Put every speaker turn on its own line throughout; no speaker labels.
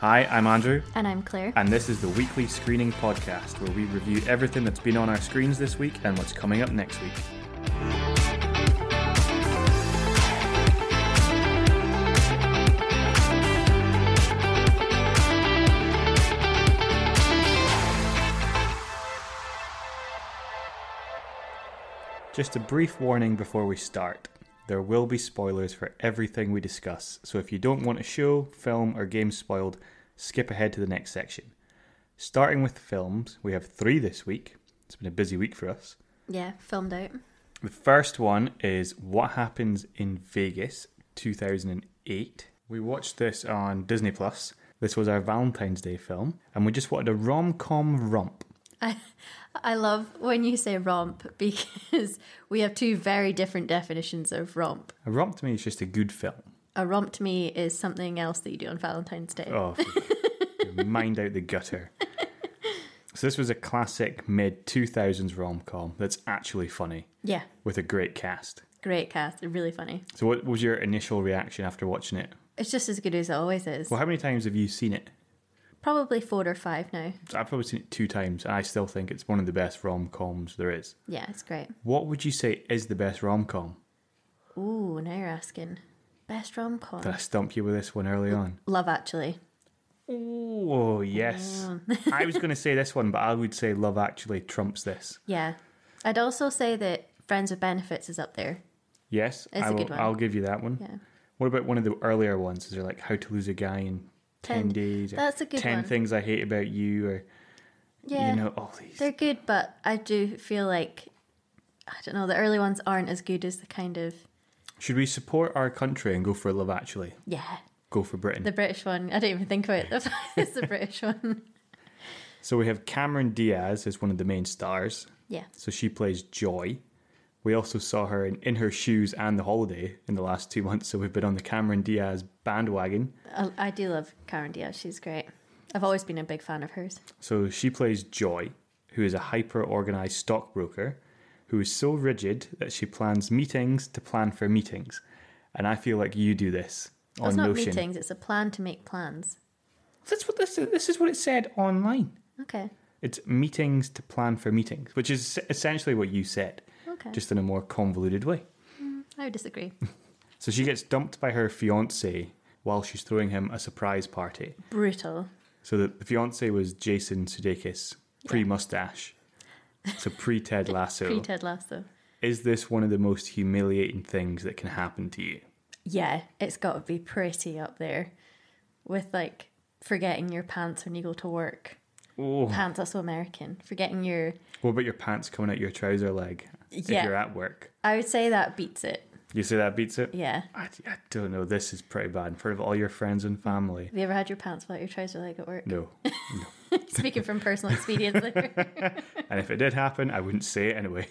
Hi, I'm Andrew,
And I'm Claire.
and this is the weekly screening podcast where we review everything that's been on our screens this week and what's coming up next week. Just a brief warning before we start. There will be spoilers for everything we discuss, so if you don't want a show, film, or game spoiled, skip ahead to the next section. Starting with films, we have three this week. It's been a busy week for us.
Yeah, filmed out.
The first one is What Happens in Vegas 2008. We watched this on Disney Plus. This was our Valentine's Day film, and we just wanted a rom com romp.
I, I love when you say romp because we have two very different definitions of romp.
A romp to me is just a good film.
A romp to me is something else that you do on Valentine's Day.
Oh, your mind out the gutter. So this was a classic mid two thousands rom com that's actually funny
Yeah,
with a great cast.
great cast. Really funny.
So what was your initial reaction after watching it?
It's just as good as it always is.
Well, how many times have you seen it?
Probably four or five now.
I've probably seen it two times, and I still think it's one of the best rom coms there is.
Yeah, it's great.
What would you say is the best rom com?
Ooh, now you're asking. Best rom
Did
com.
I stump you with this one early on?
Love Actually.
Oh yes, I was going to say this one, but I would say Love Actually trumps this.
Yeah. I'd also say that Friends with Benefits is up there.
Yes,
It's
I
a
will,
good one.
I'll give you that one.
Yeah.
What about one of the earlier ones? Is there like How to Lose a Guy in 10,
Ten-
Days? or
that's a good
10
one.
Things I Hate About You or,
Yeah.
you know, all these.
They're good, but I do feel like I don't know, the early ones aren't as good as the kind of
Should we support our country and go for Love Actually?
yeah.
Go for Britain.
The British one. I don't even think about it. The fact it's the British one.
So we have Cameron Diaz as one of the main stars.
Yeah.
So she plays Joy. We also saw her in In Her Shoes and The Holiday in the last two months. So we've been on the Cameron Diaz bandwagon.
I, I do love Karen Diaz. She's great. I've always been a big fan of hers.
So she plays Joy, who is a hyper organized stockbroker who is so rigid that she plans meetings to plan for meetings. And I feel like you do this on
Well, it's not
Notion.
meetings, it's a plan to make plans.
That's what this is. This is what it said online.
Okay.
It's meetings to plan for meetings, which is essentially what you said,
Okay.
just in a more convoluted way.
I would disagree.
So she gets dumped by her fiance while she's throwing him a surprise party.
Brutal.
So the, the fiance was Jason Sudeikis, pre mustache, so pre Ted Lasso.
Pre Ted Lasso.
Is this one of the most humiliating things that can happen to you?
Yeah, it's got to be pretty up there with like forgetting your pants when you go to work.
Oh,
Pants, that's so American. Forgetting your
what about your pants coming out your trouser leg if
Yeah.
you're at work?
I would say that beats it.
You say that beats it?
Yeah.
I, I don't know. This is pretty bad in front of all your friends and family.
Have you ever had your pants fall out your trouser leg at work?
No.
Speaking from personal experience.
and if it did happen, I wouldn't say it anyway.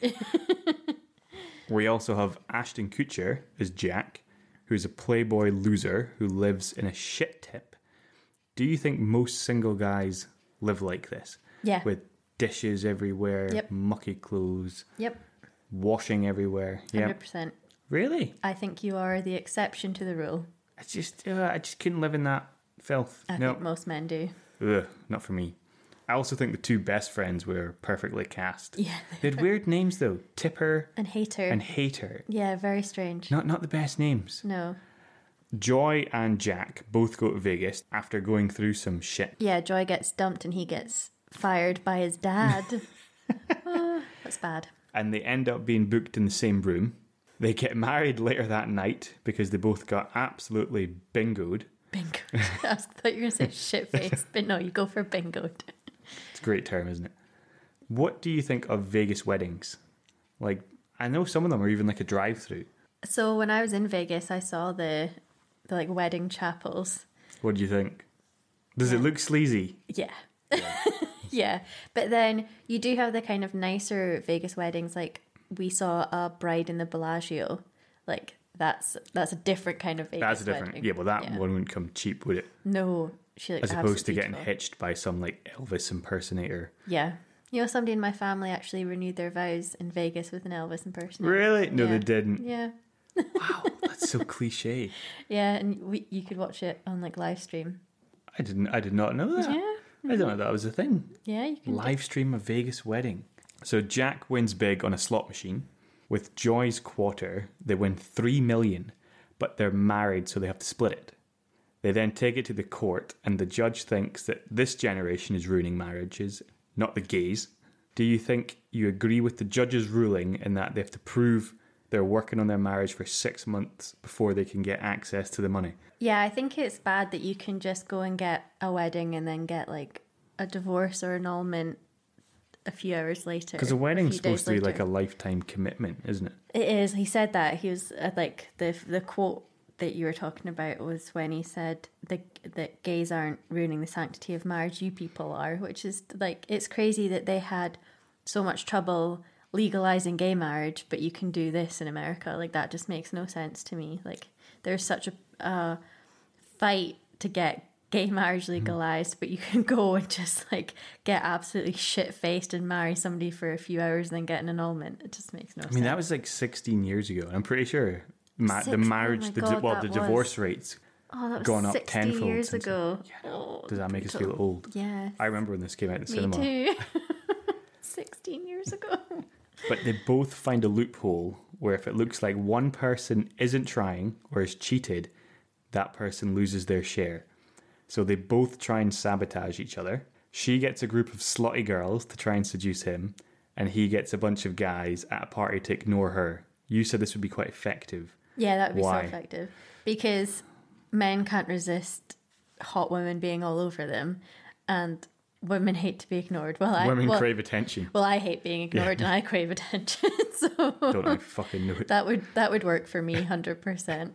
we also have Ashton Kutcher as Jack, who's a playboy loser who lives in a shit tip. Do you think most single guys live like this?
Yeah.
With dishes everywhere,
Yep.
mucky clothes,
yep.
washing everywhere. Yeah.
100%.
Really?
I think you are the exception to the rule.
I just, uh, I just couldn't live in that filth.
I
no,
think most men do.
Ugh, not for me. I also think the two best friends were perfectly cast.
Yeah.
They had weird names though. Tipper
And hater.
and Hater.
yeah, very strange.
Not not the best names.
No.
Joy and Jack both go to Vegas after going through some shit.
Yeah, Joy gets dumped and he gets fired by his dad. Oh, that's bad.
And they end up being booked in the same room. They get married later that night because they both got absolutely bingoed.
Bingo. I was- thought you were going to say shit face, but no, you go for bingo.
It's a great term, isn't it? What do you think of Vegas weddings? Like I know some of them are even like a drive through.
So when I was in Vegas, I saw the, the like wedding chapels.
What do you think? Does it look sleazy?
Yeah. yeah. But then you do have the kind of nicer Vegas weddings like we saw a bride in the Bellagio. Like that's that's a different kind of Vegas
That's a different.
wedding.
Yeah, well, that
Yeah.
one wouldn't come cheap, would it?
No, she looked
As opposed to
absolutely
getting
beautiful.
hitched by some like Elvis impersonator.
Yeah. You know somebody in my family actually renewed their vows in Vegas with an Elvis impersonator.
Really? No,
Yeah.
they didn't.
Yeah.
Wow, that's so cliche.
Yeah, and we, you could watch it on like live stream.
I didn't. I did not know that.
Yeah.
I didn't know that was a thing.
Yeah, you can.
Live stream a Vegas wedding. So Jack wins big on a slot machine. With Joy's quarter, they win three million, but they're married, so they have to split it. They then take it to the court, and the judge thinks that this generation is ruining marriages, not the gays. Do you think you agree with the judge's ruling in that they have to prove they're working on their marriage for six months before they can get access to the money?
Yeah, I think it's bad that you can just go and get a wedding and then get like a divorce or annulment a few hours later.
Because a wedding's
few days
supposed to be like a
later.
lifetime commitment, isn't it?
It is. He said that he was uh, like the the quote that you were talking about was when he said the, that gays aren't ruining the sanctity of marriage. You people are, which is like it's crazy that they had so much trouble legalizing gay marriage, but you can do this in America. Like that just makes no sense to me. Like there's such a uh, fight to get gay marriage legalized, but you can go and just like get absolutely shit faced and marry somebody for a few hours and then get an annulment. It just makes no
I
sense.
mean, that was like 16 years ago, and I'm pretty sure ma-
Six-
the
oh
marriage,
my
the di-
God,
well,
that
the
was-
divorce rates.
Oh, that was
gone up
60
tenfold
years
since
ago.
Does that make us feel old?
Yeah.
I remember when this came out in the
Me
cinema.
too. 16 years ago.
But they both find a loophole where if it looks like one person isn't trying or is cheated, that person loses their share. So they both try and sabotage each other. She gets a group of slutty girls to try and seduce him, and he gets a bunch of guys at a party to ignore her. You said this would be quite effective.
Yeah, that would be
Why?
so effective. Because men can't resist hot women being all over them, and women hate to be ignored. Well, I,
Women
Uh, well,
crave attention.
well, I hate being ignored and I crave attention. so
Don't I fucking know it?
that would that would work for me 100%.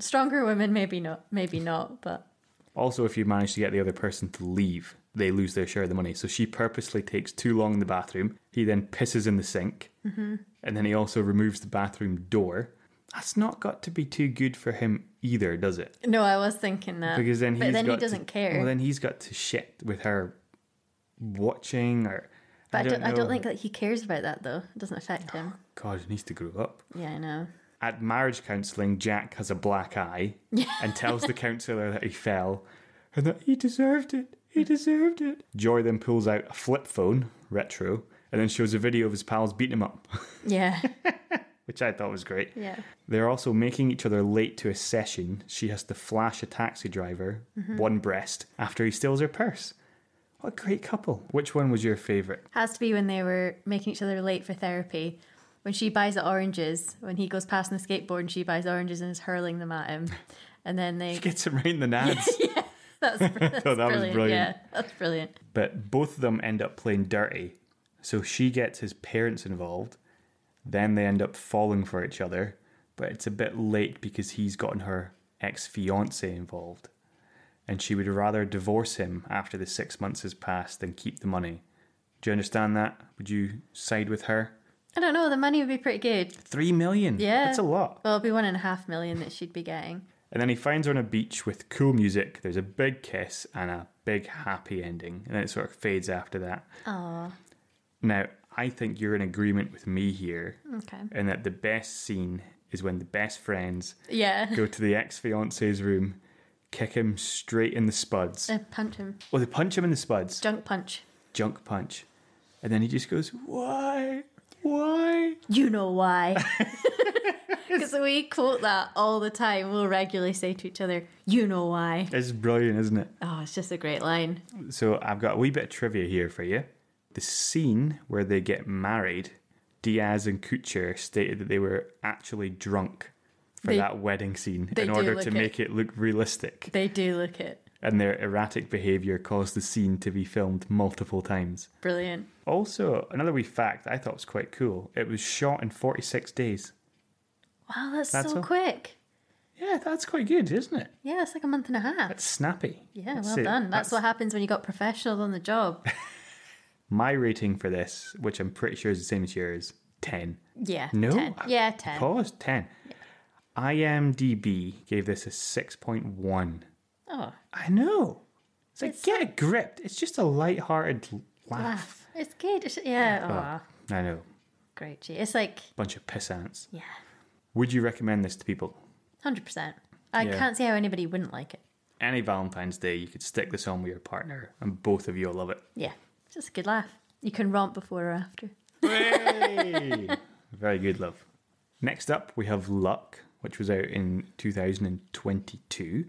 Stronger women, maybe not, maybe not, but
Also, if you manage to get the other person to leave, they lose their share of the money. So she purposely takes too long in the bathroom. He then pisses in the sink. Mm-hmm. And then he also removes the bathroom door. That's not got to be too good for him either, does it?
no, I was thinking that.
Because then, he's
but then
got
he
to-
doesn't care.
Well, then he's got to shit with her watching or.
But I don't, I don't
know.
think that he cares about that though. It doesn't affect him.
God, he needs to grow up.
Yeah, I know.
At marriage counselling, Jack has a black eye and tells the counsellor that he fell and that he deserved it. He deserved it. Joy then pulls out a flip phone, retro, and then shows a video of his pals beating him up,
Yeah,
which I thought was great.
yeah.
They're also making each other late to a session. She has to flash a taxi driver, one breast, after he steals her purse. What a great couple. Which one was your favourite?
Has to be when they were making each other late for therapy. When she buys the oranges, when he goes past on the skateboard and she buys oranges and is hurling them at him, and then they.
Gets him right in the nads.
That's, br- that's
that was
Oh, brilliant.
brilliant.
Yeah, that's brilliant.
but both of them end up playing dirty. So she gets his parents involved. Then they end up falling for each other, but it's a bit late because he's gotten her ex fiance involved. And she would rather divorce him after the six months has passed than keep the money. Do you understand that? Would you side with her?
I don't know. The money would be pretty good.
Three million.
Yeah.
That's a lot.
Well, it'd be one and a half million that she'd be getting.
And then he finds her on a beach with cool music. There's a big kiss and a big happy ending. And then it sort of fades after that.
Oh,
Now, I think you're in agreement with me here,
okay.
and that the best scene is when the best friends
Yeah.
go to the ex fiance's room, kick him straight in the spuds.
Uh, punch him.
Well, they punch him in the spuds,
Junk punch.
junk punch. And then he just goes, Why? Why?
You know why. Because we quote that all the time. We'll regularly say to each other, you know why.
It's brilliant, isn't it?
Oh, it's just a great line.
So I've got a wee bit of trivia here for you. The scene where they get married, Diaz and Kuchar stated that they were actually drunk for
They-
that wedding scene
they
in
do
order
look
to
it.
make it look realistic.
They do look it.
and their erratic behaviour caused the scene to be filmed multiple times.
Brilliant.
Also, another wee fact I thought was quite cool it was shot in 46 days.
Wow, that's,
That's
so
all?
quick.
Yeah, that's quite good, isn't it?
Yeah, it's like a month and a half.
That's snappy.
yeah,
That's
well
it.
done. That's, what happens when you got professionals on the job.
My rating for this, which I'm pretty sure is the same as yours, 10.
Yeah.
No,
10.
I-
Yeah, 10.
Pause, 10. IMDb gave this a 6.1.
Oh,
I know. It's like, get a grip. It's just a light-hearted l- laugh.
laugh. It's good. It's, yeah. Oh,
I know.
great. gee. It's like,
Bunch of pissants.
yeah,
Would you recommend this to people?
100%. I
Yeah.
can't see how anybody wouldn't like it.
any Valentine's Day, you could stick this on with your partner, and both of you will love it.
Yeah, just a good laugh. You can romp before or after.
Hooray! Very good, love. Next up, we have Luck, which was out in 2022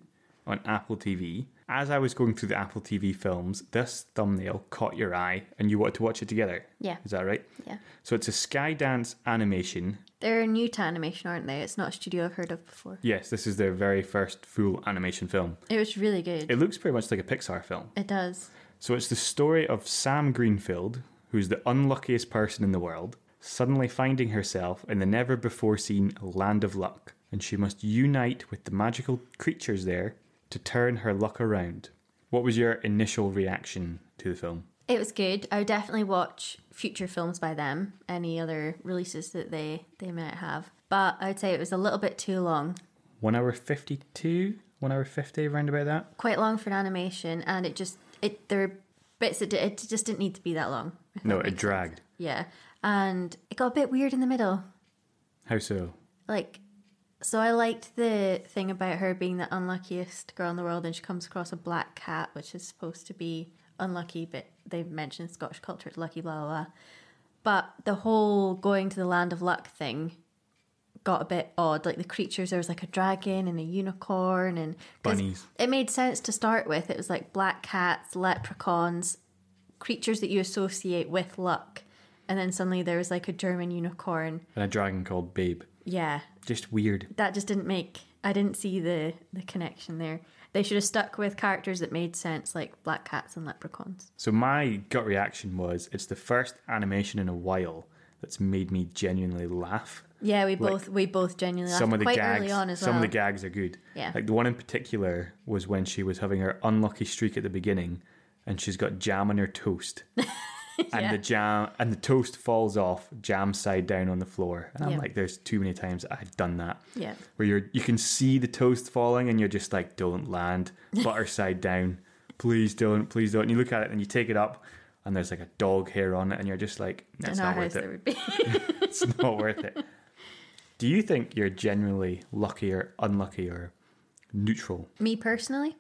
on Apple TV. As I was going through the Apple TV films, this thumbnail caught your eye and you wanted to watch it together.
Yeah.
Is that right?
Yeah.
So it's a Skydance animation.
They're new to animation, aren't they? It's not a studio I've heard of before.
Yes, this is their very first full animation film.
It was really good.
It looks pretty much like a Pixar film.
it does.
So it's the story of Sam Greenfield, who's the unluckiest person in the world, suddenly finding herself in the never before seen land of luck, and she must unite with the magical creatures there to turn her luck around. What was your initial reaction to the film?
It was good. I would definitely watch future films by them, any other releases that they, they might have. But I would say it was a little bit too long.
One hour 52? One hour 50, round about that?
Quite long for an animation, and it just, it there were bits that di- it just didn't need to be that long. if
No,
that
it
makes
dragged.
sense. Yeah. And it got a bit weird in the middle.
How so?
like so i liked the thing about her being the unluckiest girl in the world and she comes across a black cat which is supposed to be unlucky but they mentioned scottish culture it's lucky blah blah blah but the whole going to the land of luck thing got a bit odd like the creatures there was like a dragon and a unicorn and 'cause
Bunnies.
it made sense to start with it was like black cats leprechauns creatures that you associate with luck and then suddenly there was like a german unicorn
And a dragon called Babe.
yeah
Just weird.
that just didn't make I didn't see the the connection there. They should have stuck with characters that made sense, like black cats and leprechauns.
So my gut reaction was it's the first animation in a while that's made me genuinely laugh.
Yeah, we both we both genuinely laughed
some of the
quite
gags
early on as
some
well.
of the gags are good
Yeah.
like the one in particular was when she was having her unlucky streak at the beginning and she's got jam on her toast and the jam and the toast falls off jam side down on the floor and i'm
Yeah.
like there's too many times i've done that
Yeah.
where you're you can see the toast falling and you're just like don't land butter side down please don't please don't and you look at it and you take it up and there's like a dog hair on it and you're just like that's
in our
not worth
house
it
there would be
it's not worth it. Do you think you're generally lucky or unlucky or neutral?
me personally.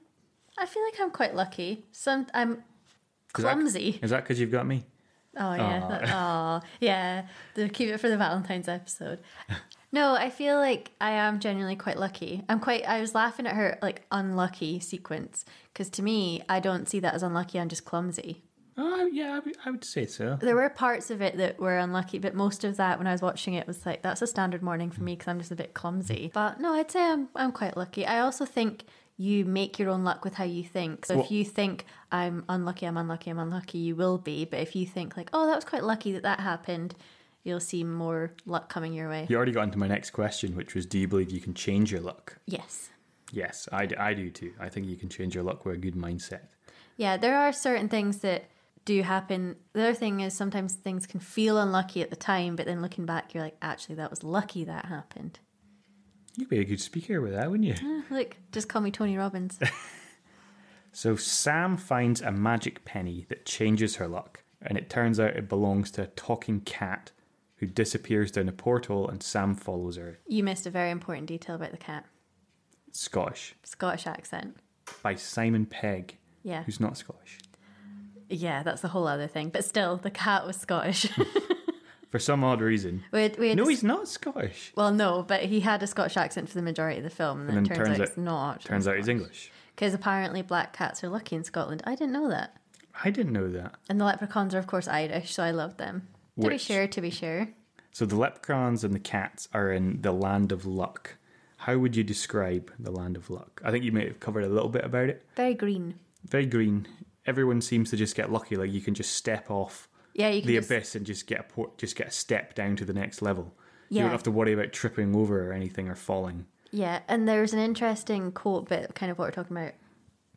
I feel like I'm quite lucky. Some I'm
Is that-
clumsy.
Is that because you've got me?
Oh yeah. that- Aw. yeah. The- keep it for the Valentine's episode. No, I feel like I am genuinely quite lucky. I'm quite. I was laughing at her like unlucky sequence because to me, I don't see that as unlucky. I'm just clumsy.
Oh, yeah, I would- I would say so.
There were parts of it that were unlucky, but most of that when I was watching it was like, that's a standard morning for me because I'm just a bit clumsy. But no, I'd say I'm, I'm quite lucky. I also think you make your own luck with how you think. So
Well-
if you think, I'm unlucky, I'm unlucky, I'm unlucky, you will be. But if you think, like, oh, that was quite lucky that that happened, you'll see more luck coming your way.
You already got into my next question, which was do you believe you can change your luck?
Yes.
Yes, I, d- I do too. I think you can change your luck with a good mindset.
Yeah, there are certain things that do happen. The other thing is sometimes things can feel unlucky at the time, but then looking back, you're like, actually, that was lucky that happened.
You'd be a good speaker with that, wouldn't you?
Look, just call me Tony Robbins.
So Sam finds a magic penny that changes her luck, and it turns out it belongs to a talking cat who disappears down a portal, and Sam follows her.
You missed a very important detail about the cat.
Scottish
Scottish accent.
by Simon Pegg.
Yeah.
who's not Scottish.
Yeah, that's a whole other thing. But still, the cat was Scottish.
For some odd reason.
we had, we had
No,
to-
he's not Scottish.
well, no, but he had a Scottish accent for the majority of the film, and,
And
then it turns, out it's not.
Turns out he's English.
Because apparently black cats are lucky in Scotland. I didn't know that.
I didn't know that.
And the leprechauns are, of course, Irish, so I love them. To be
Which-
sure, to be sure.
So the leprechauns and the cats are in the land of luck. How would you describe the land of luck? I think you may have covered a little bit about it.
Very green.
Very green. Everyone seems to just get lucky. Like you can just step off
Yeah, you can
the
just-
abyss and just get a port, just get a step down to the next level. You
Yeah.
don't have to worry about tripping over or anything or falling.
Yeah, and there's an interesting quote, but kind of what we're talking about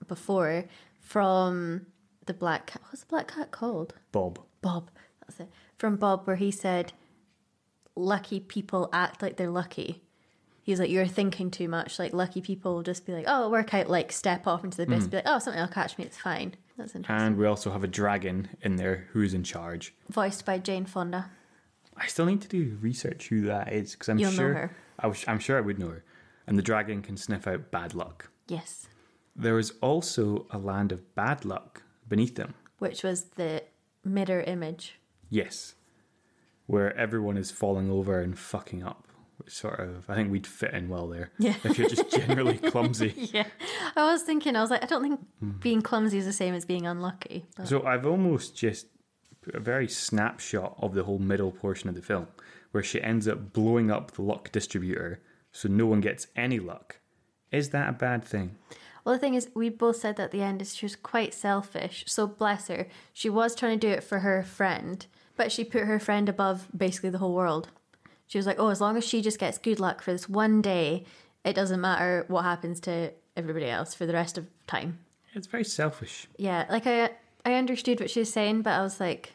before from the black cat. What's the black cat called?
Bob.
Bob. That's it. From Bob, where he said, "Lucky people act like they're lucky." He's like, "You're thinking too much. Like lucky people will just be like, oh, it'll work out. Like step off into the abyss, be like, oh, something will catch me. It's fine." That's interesting.
And we also have a dragon in there who's in charge.
Voiced by Jane Fonda.
I still need to do research who that is because I'm
You'll know
sure
her.
I was, I'm sure I would know her. And the dragon can sniff out bad luck.
Yes.
There was also a land of bad luck beneath them.
which was the mirror image.
Yes. Where everyone is falling over and fucking up. Which sort of, I think we'd fit in well there.
Yeah.
If you're just generally clumsy.
Yeah, I was thinking, I was like, I don't think being clumsy is the same as being unlucky. But
So I've almost just put a very snapshot of the whole middle portion of the film where she ends up blowing up the luck distributor so no one gets any luck. Is that a bad thing?
well, the thing is, we both said that at the end is she was quite selfish. So bless her, she was trying to do it for her friend, but she put her friend above basically the whole world. She was like, oh, as long as she just gets good luck for this one day, it doesn't matter what happens to everybody else for the rest of time.
It's very selfish.
Yeah, like I I understood what she was saying, but I was like,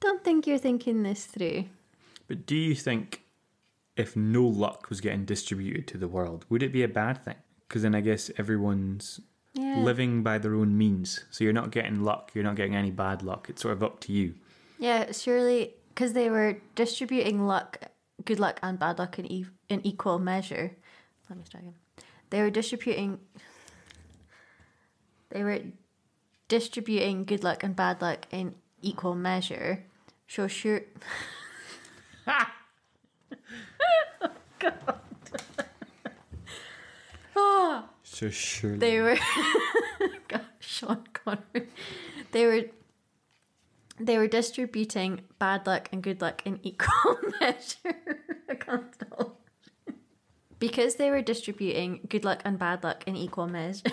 don't think you're thinking this through.
But do you think if no luck was getting distributed to the world, would it be a bad thing? Because then I guess everyone's
Yeah.
living by their own means. So you're not getting luck, you're not getting any bad luck. It's sort of up to you.
Yeah, surely because they were distributing luck, good luck and bad luck in e- in equal measure. Let me start again. They were distributing. They were distributing good luck and bad luck in equal measure. So sure. oh,
So surely.
they were God, Sean Connery. They were they were distributing bad luck and good luck in equal measure. I can't stop. Because they were distributing good luck and bad luck in equal measure,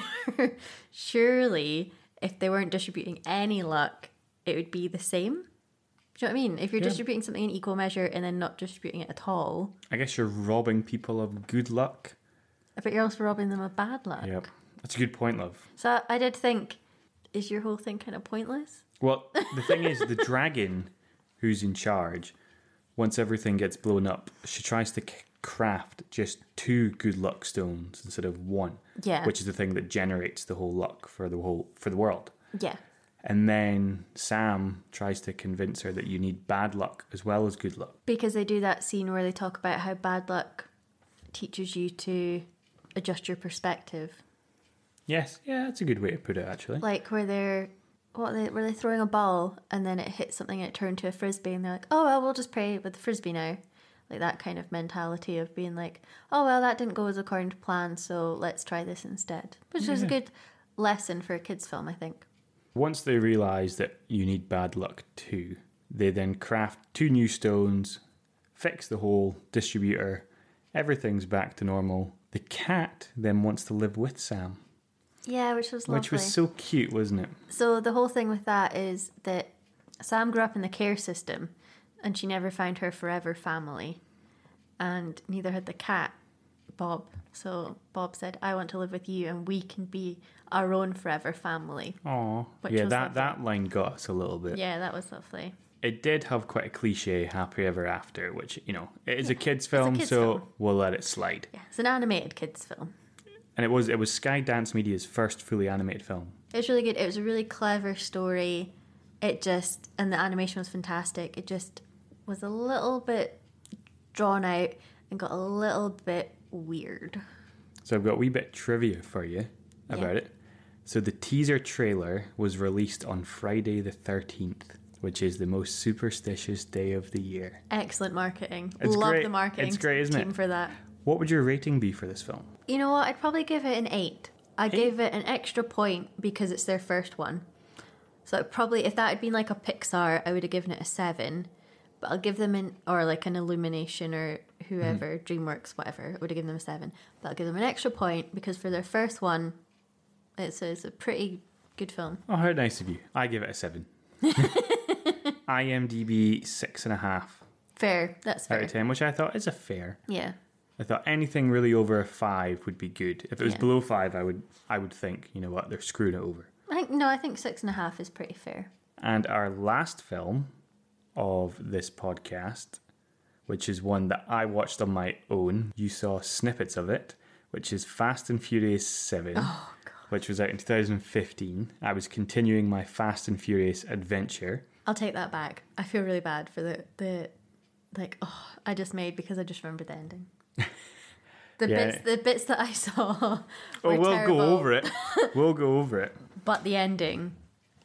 surely if they weren't distributing any luck, it would be the same. Do you know what I mean? If you're
Yeah.
distributing something in equal measure and then not distributing it at all,
I guess you're robbing people of good luck.
but you're also robbing them of bad luck.
Yep. That's a good point, love.
So I did think, is your whole thing kind of pointless?
Well, the thing is, the dragon who's in charge, once everything gets blown up, she tries to c- craft just two good luck stones instead of one.
Yeah.
Which is the thing that generates the whole luck for the whole for the world.
Yeah.
And then Sam tries to convince her that you need bad luck as well as good luck.
Because they do that scene where they talk about how bad luck teaches you to adjust your perspective.
Yes, yeah, that's a good way to put it actually.
Like where they're what they were they throwing a ball and then it hits something and it turned to a frisbee and they're like, Oh well we'll just play with the frisbee now. Like that kind of mentality of being like, Oh well that didn't go as according to plan, so let's try this instead. Which is a good lesson for a kids film, I think.
Once they realize that you need bad luck too, they then craft two new stones, fix the whole distributor, everything's back to normal. The cat then wants to live with Sam,
Yeah, which was lovely.
which was so cute, wasn't it?
So the whole thing with that is that Sam grew up in the care system and she never found her forever family. And neither had the cat, Bob. So Bob said, I want to live with you and we can be our own forever family.
Aww.
Which
yeah,
was
that,
lovely.
that line got us a little bit.
Yeah, that was lovely.
It did have quite a cliche happy ever after, which, you know, it is a kids film,
kids
so
film.
we'll let it slide.
Yeah, it's an animated kids film.
And it was it was Skydance Media's first fully animated film.
It was really good. It was a really clever story. It just and the animation was fantastic. It just was a little bit drawn out and got a little bit weird.
So I've got a wee bit trivia for you about it. So the teaser trailer was released on Friday the 13th, which is the most superstitious day of the year.
Excellent marketing.
It's
Love
great.
the marketing.
It's great, isn't
team
it?
For that,
What would your rating be for this film?
you know what? I'd probably give it an eight. I gave it an extra point because it's their first one. So it probably, if that had been like a Pixar, I would have given it a seven. But I'll give them an or like an Illumination or whoever
Mm-hmm.
DreamWorks, whatever. I would have given them a seven. But I'll give them an extra point because for their first one, it's a, it's a pretty good film.
Oh, how nice of you. I give it a 7. IMDb 6.5
Fair. That's
out
fair.
of 10, which I thought is a fair.
Yeah.
I thought anything really over a 5 would be good. If it was
Yeah.
below 5, I would I would think, you know what, they're screwing it over.
I think no. I think six and a half is pretty fair.
And our last film of this podcast, which is one that I watched on my own, you saw snippets of it, which is Fast and Furious 7, which was out in 2015. I was continuing my Fast and Furious adventure.
I'll take that back. I feel really bad for the the like oh I just made because I just remembered the ending. The
Yeah.
bits the bits that I saw
Oh,
were
we'll
terrible,
go over it. we'll go over it.
But the ending,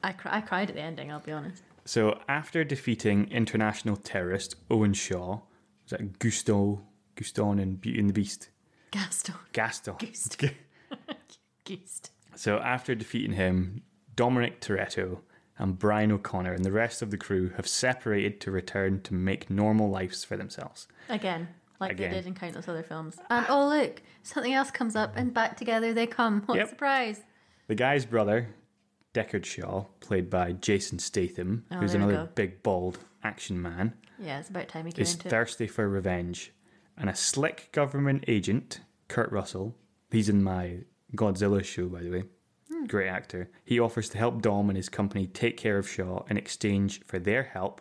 I, cri- I cried at the ending. I'll be honest.
So after defeating international terrorist Owen Shaw, was that Gusto, Guston in Beauty and the Beast?
Gaston
Gaston.
Gust- Gust.
So after defeating him, Dominic Toretto and Brian O'Connor and the rest of the crew have separated to return to make normal lives for themselves.
Again, like
Again.
they did in countless other films. And oh look, something else comes up, and back together they come. What
Yep.
a surprise!
The guy's brother, Deckard Shaw, played by Jason Statham,
Oh,
who's
there we
another
go.
big bald action man,
Yeah, it's about time he came
is
into it.
thirsty for revenge. And a slick government agent, Kurt Russell, he's in my Godzilla show, by the way. Great actor. He offers to help Dom and his company take care of Shaw in exchange for their help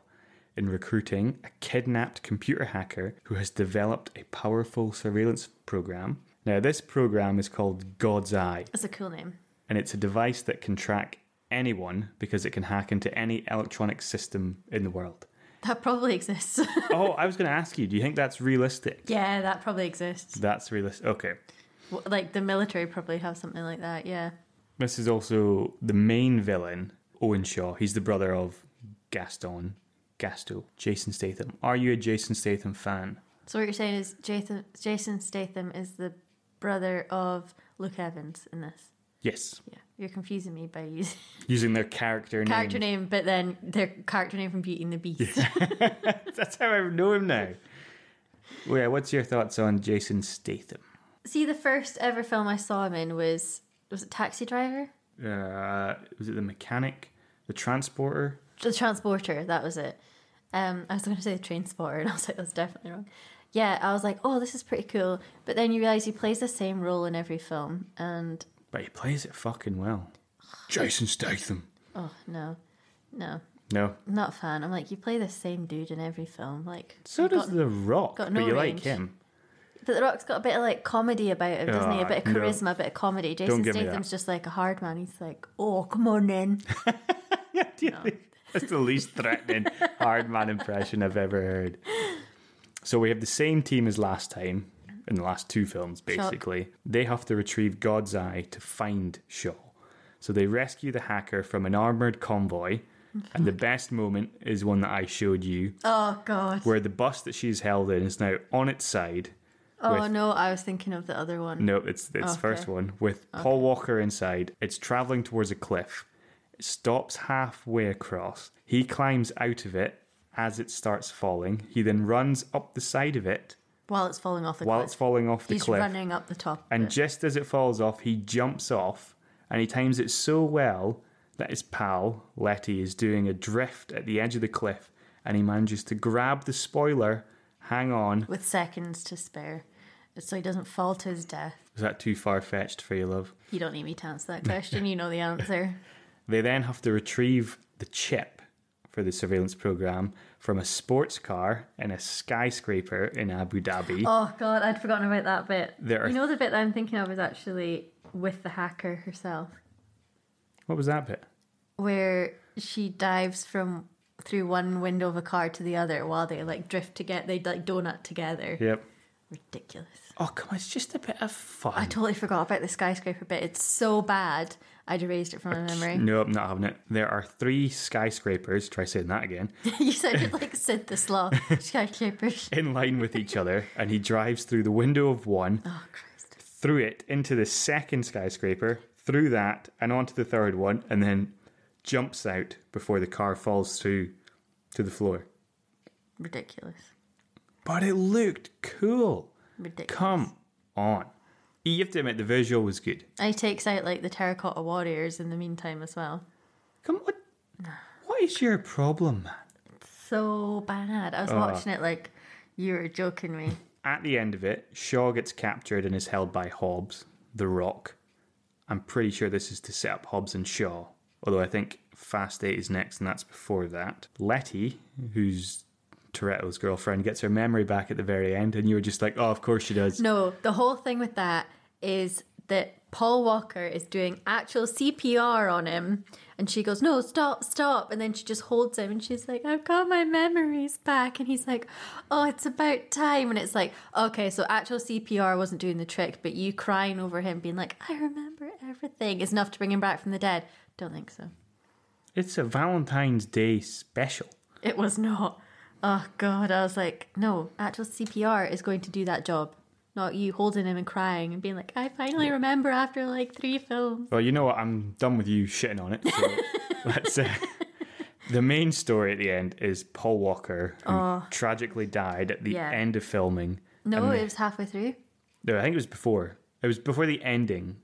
in recruiting a kidnapped computer hacker who has developed a powerful surveillance program. Now, this program is called God's Eye
That's a cool name.
and it's a device that can track anyone because it can hack into any electronic system in the world.
That probably exists.
oh, I was going to ask you, do you think that's realistic?
yeah, that probably exists.
That's realistic. Okay.
W- Like the military probably have something like that. Yeah.
This is also the main villain, Owen Shaw. He's the brother of Gaston, Gasto, Jason Statham. Are you a Jason Statham fan?
So what you're saying is Jason Jason Statham is the brother of Luke Evans in this.
Yes.
Yeah, you're confusing me by using
Using their character,
character
name.
name, but then their character name from Beauty and the Beast.
That's how I know him now. Well, yeah, what's your thoughts on Jason Statham?
See, the first ever film I saw him in was was it Taxi Driver?
Uh, was it the mechanic, the transporter?
The Transporter. That was it. Um, I was going to say the Train Spotter, and I was like, that's definitely wrong. Yeah, I was like, oh, this is pretty cool. But then you realize he plays the same role in every film, and
But he plays it fucking well. Jason Statham.
oh no, no,
No.
not a fan. I'm like, you play the same dude in every film, like.
So
you've
does
got-
The Rock.
got
but
no
you
range.
like him.
But The Rock's got a bit of like comedy about him, doesn't he? A
Ah,
bit of
no.
charisma, a bit of comedy. Jason
give me that.
Statham's just like a hard man. He's like, oh, come on in.
That's the least threatening hard man impression I've ever heard. So we have the same team as last time, in the last two films, basically. They have to retrieve God's Eye to find Shaw. So they rescue the hacker from an armoured convoy. And the best moment is one that I showed you,
oh God.
where the bus that she's held in is now on its side.
Oh
with-
no, I was thinking of the other one.
No, it's it's
Okay.
first one with Paul Walker inside. It's traveling towards a cliff. It stops halfway across. He climbs out of it as it starts falling. He then runs up the side of it
While it's falling off the
while
cliff.
it's falling off the
He's
cliff.
running up the top.
And just as it falls off, he jumps off and he times it so well that his pal, Letty, is doing a drift at the edge of the cliff and he manages to grab the spoiler, hang on.
with seconds to spare. So he doesn't fall to his death.
Is that too far fetched for you, love?
You don't need me to answer that question. You know the answer.
They then have to retrieve the chip for the surveillance program from a sports car in a skyscraper in Abu Dhabi.
Oh God, I'd forgotten about that bit.
There are-
You know the bit that I'm thinking of is actually with the hacker herself,
What was that bit?
where she dives from through one window of a car to the other while they like drift together. They like donut together.
Yep.
Ridiculous.
Oh, come on, it's just a bit of fun.
I totally forgot about the skyscraper bit. It's so bad. I'd erased it from my memory.
No, I'm not having it. There are three skyscrapers, try saying that again,
you sounded like Sid the Sloth. Skyscrapers.
in line with each other, and he drives through the window of one,
Oh Christ.
through it, into the second skyscraper, through that, and onto the third one, and then jumps out before the car falls through to the floor.
Ridiculous.
But it looked cool.
Ridiculous.
Come on. You have to admit the visual was good.
And he takes out like the terracotta warriors in the meantime as well.
Come what what is your problem, man?
So bad. I was watching it like you were joking me.
At the end of it, Shaw gets captured and is held by Hobbs, the rock. I'm pretty sure this is to set up Hobbs and Shaw, although I think Fast 8 is next and that's before that. Letty, who's Toretto's girlfriend, gets her memory back at the very end, and you were just like, oh, of course she does.
No, the whole thing with that is that Paul Walker is doing actual CPR on him. And she goes, No, stop, stop. And then she just holds him and she's like, I've got my memories back. And he's like, Oh, it's about time. And it's like, Okay, so actual CPR wasn't doing the trick, but you crying over him being like, I remember everything is enough to bring him back from the dead. Don't think so.
It's a Valentine's Day special.
It was not. Oh, God. I was like, No, actual CPR is going to do that job. Not you holding him and crying and being like, I finally remember after like three films.
Well, you know what? I'm done with you shitting on it. So let's. Uh, the main story at the end is Paul Walker, who tragically died at the
Oh. Yeah.
end of filming.
No, it was halfway through.
No, I think it was before. It was before the ending.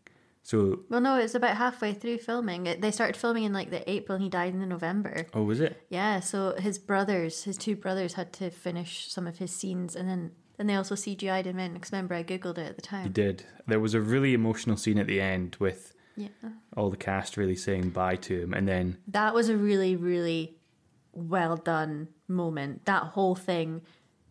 So,
Well, no, it was about halfway through filming. It- They started filming in like the April, and he died in the November.
oh, was it?
Yeah, so his brothers, his two brothers, had to finish some of his scenes, and then then they also CGI'd him in. Because remember, I googled it at the
He
time.
did. There was a really emotional scene at the end with
Yeah,
all the cast really saying bye to him, and then
that was a really, really well done moment. That whole thing,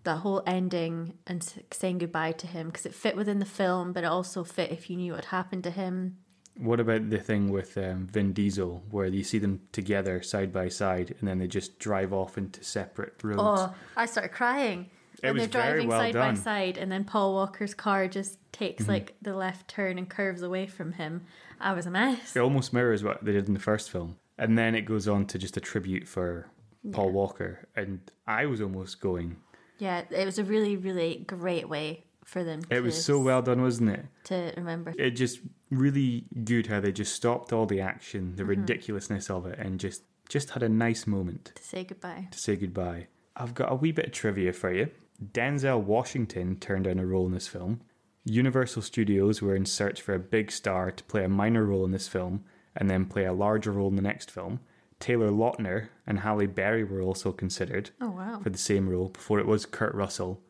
that whole ending, and s- saying goodbye to him because it fit within the film, but it also fit if you knew what had happened to him.
What about the thing with um, Vin Diesel, where you see them together side by side, and then they just drive off into separate roads?
Oh, I started crying.
It
and
was
they're
very
driving
well
side
done. Mm-hmm.
by side, and then Paul Walker's car just takes like the left turn and curves away from him. I was a mess.
It almost mirrors what they did in the first film, and then it goes on to just a tribute for Paul Walker, and I was almost going.
Yeah, it was a really, really great way for them.
It
to,
was so well done, wasn't it?
to remember.
It just really good how they just stopped all the action, the ridiculousness of it, and just just had a nice moment.
to say goodbye.
to say goodbye. I've got a wee bit of trivia for you. Denzel Washington turned down a role in this film. Universal Studios were in search for a big star to play a minor role in this film and then play a larger role in the next film. Taylor Lautner and Halle Berry were also considered
Oh wow.
for the same role before it was Kurt Russell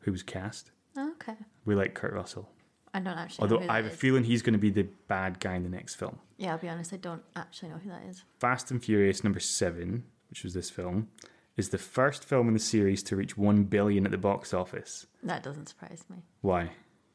who was cast.
Okay.
We like Kurt Russell.
I don't actually. know
Although
who that
I have a
is.
feeling he's going to be the bad guy in the next film.
Yeah, I'll be honest. I don't actually know who that is.
Fast and Furious number seven, which was this film, is the first film in the series to reach one billion at the box office.
That doesn't surprise me.
Why?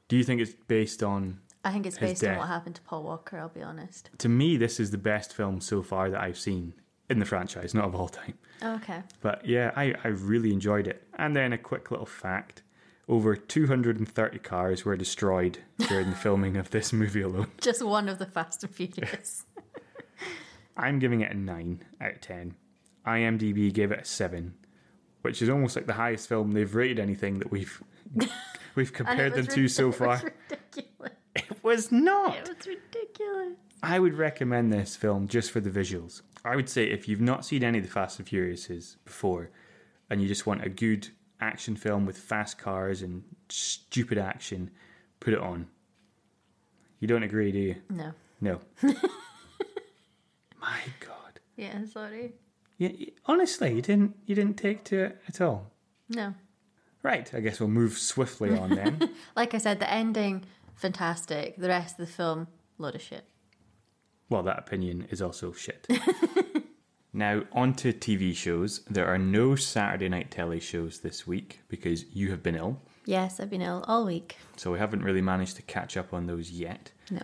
Do you think it's based on?
I think it's
His
based
death.
on what happened to Paul Walker. I'll be honest.
To me, this is the best film so far that I've seen in the franchise, not of all time.
Oh, Okay.
But yeah, I, I really enjoyed it. And then a quick little fact over 230 cars were destroyed during the filming of this movie alone.
Just one of the Fast and Furious.
I'm giving it a 9 out of 10. IMDb gave it a 7, which is almost like the highest film they've rated anything that we've we've
And it
compared them
was
to
rid-
so far.
It was ridiculous.
It was not.
It was ridiculous.
I would recommend this film just for the visuals. I would say if you've not seen any of the Fast and Furiouses before and you just want a good action film with fast cars and stupid action, put it on. You don't agree, do you?
No.
No. My god.
Yeah, sorry.
Yeah, y- honestly, you didn't you didn't take to it at all.
No.
Right, I guess we'll move swiftly on then.
Like I said, the ending, fantastic. The rest of the film, load of shit.
well, that opinion is also shit. now, on to TV shows. There are no Saturday night telly shows this week because you have been ill,
Yes, I've been ill all week.
so we haven't really managed to catch up on those yet.
No.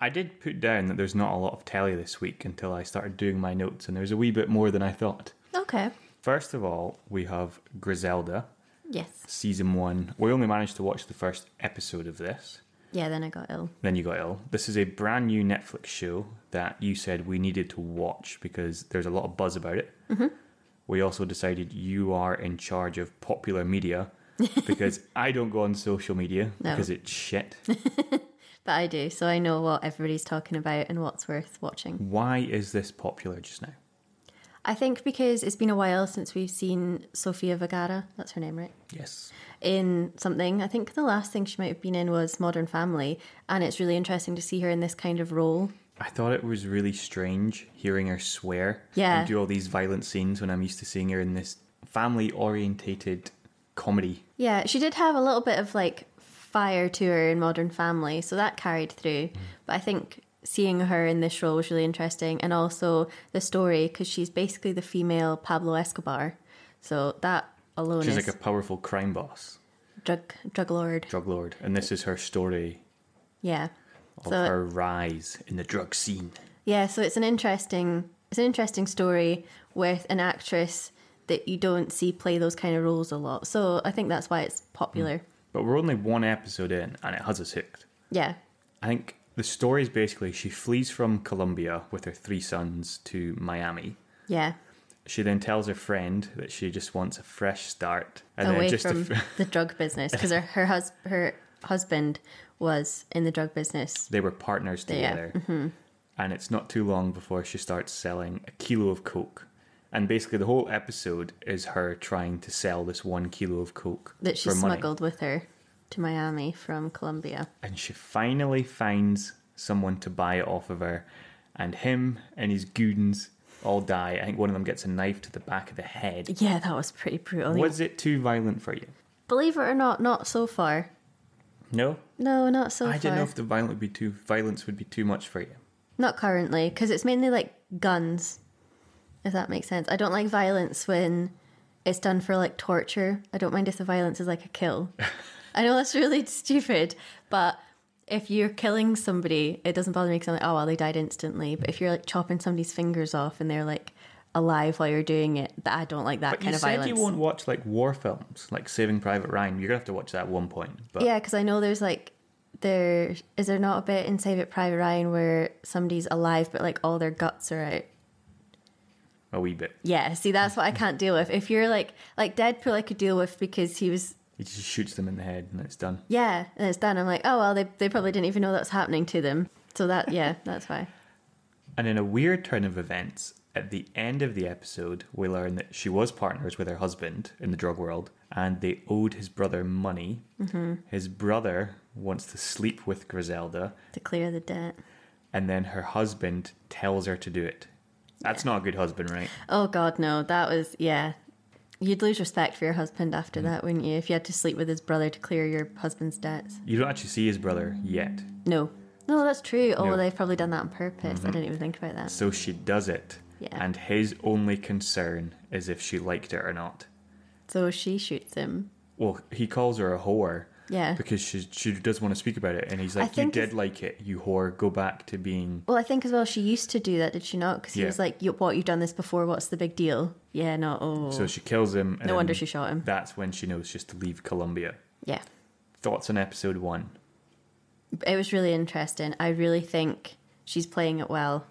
I did put down that there's not a lot of telly this week until I started doing my notes, and there's a wee bit more than I thought.
Okay.
First of all, we have Griselda,
Yes.
season one. We only managed to watch the first episode of this.
Yeah, then I got ill.
Then you got ill. This is a brand new Netflix show that you said we needed to watch because there's a lot of buzz about it.
Mm-hmm.
We also decided you are in charge of popular media because I don't go on social media
No.
because it's shit.
But I do, so I know what everybody's talking about and what's worth watching.
Why is this popular just now?
I think because it's been a while since we've seen Sofia Vergara, that's her name, right?
Yes.
in something. I think the last thing she might have been in was Modern Family, and it's really interesting to see her in this kind of role.
I thought it was really strange hearing her swear
Yeah.
and do all these violent scenes when I'm used to seeing her in this family orientated comedy.
Yeah, she did have a little bit of like fire to her in Modern Family, so that carried through.
Mm.
But I think seeing her in this role was really interesting, and also the story because she's basically the female Pablo Escobar, so that alone
She's
is
like a powerful crime boss,
drug drug lord.
drug lord, and this is her story
Yeah,
of
So-
her rise in the drug scene.
Yeah, so it's an interesting it's an interesting story with an actress that you don't see play those kind of roles a lot. So I think that's why it's popular.
But we're only one episode in, and it has us hooked.
Yeah.
I think the story is basically she flees from Colombia with her three sons to Miami.
Yeah.
She then tells her friend that she just wants a fresh start, and then
Away
just
from
to f-
the drug business because her her, hus- her husband was in the drug business.
they were partners
Yeah. mm-hmm.
together. And it's not too long before she starts selling a kilo of coke. And basically, the whole episode is her trying to sell this one kilo of coke
that she
for money.
smuggled with her to Miami from Colombia.
and she finally finds someone to buy it off of her, and him and his goons all die. I think one of them gets a knife to the back of the head.
Yeah, that was pretty brutal.
Was it too violent for you?
Believe it or not, not so far.
No,
No, not so
I
far.
didn't know if the violent would be too violence would be too much for you.
Not currently, because it's mainly like guns, if that makes sense. I don't like violence when it's done for like torture. I don't mind if the violence is like a kill. I know that's really stupid, but if you're killing somebody, it doesn't bother me because I'm like, oh, well, they died instantly. But if you're like chopping somebody's fingers off and they're like alive while you're doing it, that I don't like that
But
kind
you
of
said
violence.
you won't watch like war films, like Saving Private Ryan. You're gonna have to watch that at one point. But
Yeah, because I know there's like there is there not a bit in Save It Private Ryan where somebody's alive but like all their guts are out.
a wee bit.
Yeah, see that's what I can't deal with. If you're like like Deadpool, I could deal with because he was
He just shoots them in the head and it's done.
yeah, and it's done. I'm like oh well, they they probably didn't even know that was happening to them. So that yeah, that's why.
And in a weird turn of events, at the end of the episode, we learn that she was partners with her husband in the drug world and they owed his brother money.
Mm-hmm.
His brother wants to sleep with Griselda
To clear the debt.
and then her husband tells her to do it. That's not a good husband, right?
Oh God, no, that was yeah. You'd lose respect for your husband after
Mm.
that, wouldn't you? If you had to sleep with his brother to clear your husband's debts.
You don't actually see his brother yet.
No, no, that's true. Oh,
No. Mm-hmm.
they've probably done that on purpose. I didn't even think about that.
So she does it.
Yeah.
And his only concern is if she liked it or not.
So she shoots him.
Well, he calls her a whore.
Yeah.
Because she she does want to speak about it, and he's like, "You
Eh. think
did
if-
like it, you whore. Go back to being
Well, I think as well she used to do that, did she not? Because he
Yeah.
was like, "You- "What you've done this before? What's the big deal?" Yeah, no. Oh,
So she kills him. And
no wonder
then
she shot him.
That's when she knows she's to leave Colombia.
Yeah,
Thoughts on episode one?
it was really interesting. I really think she's playing it well.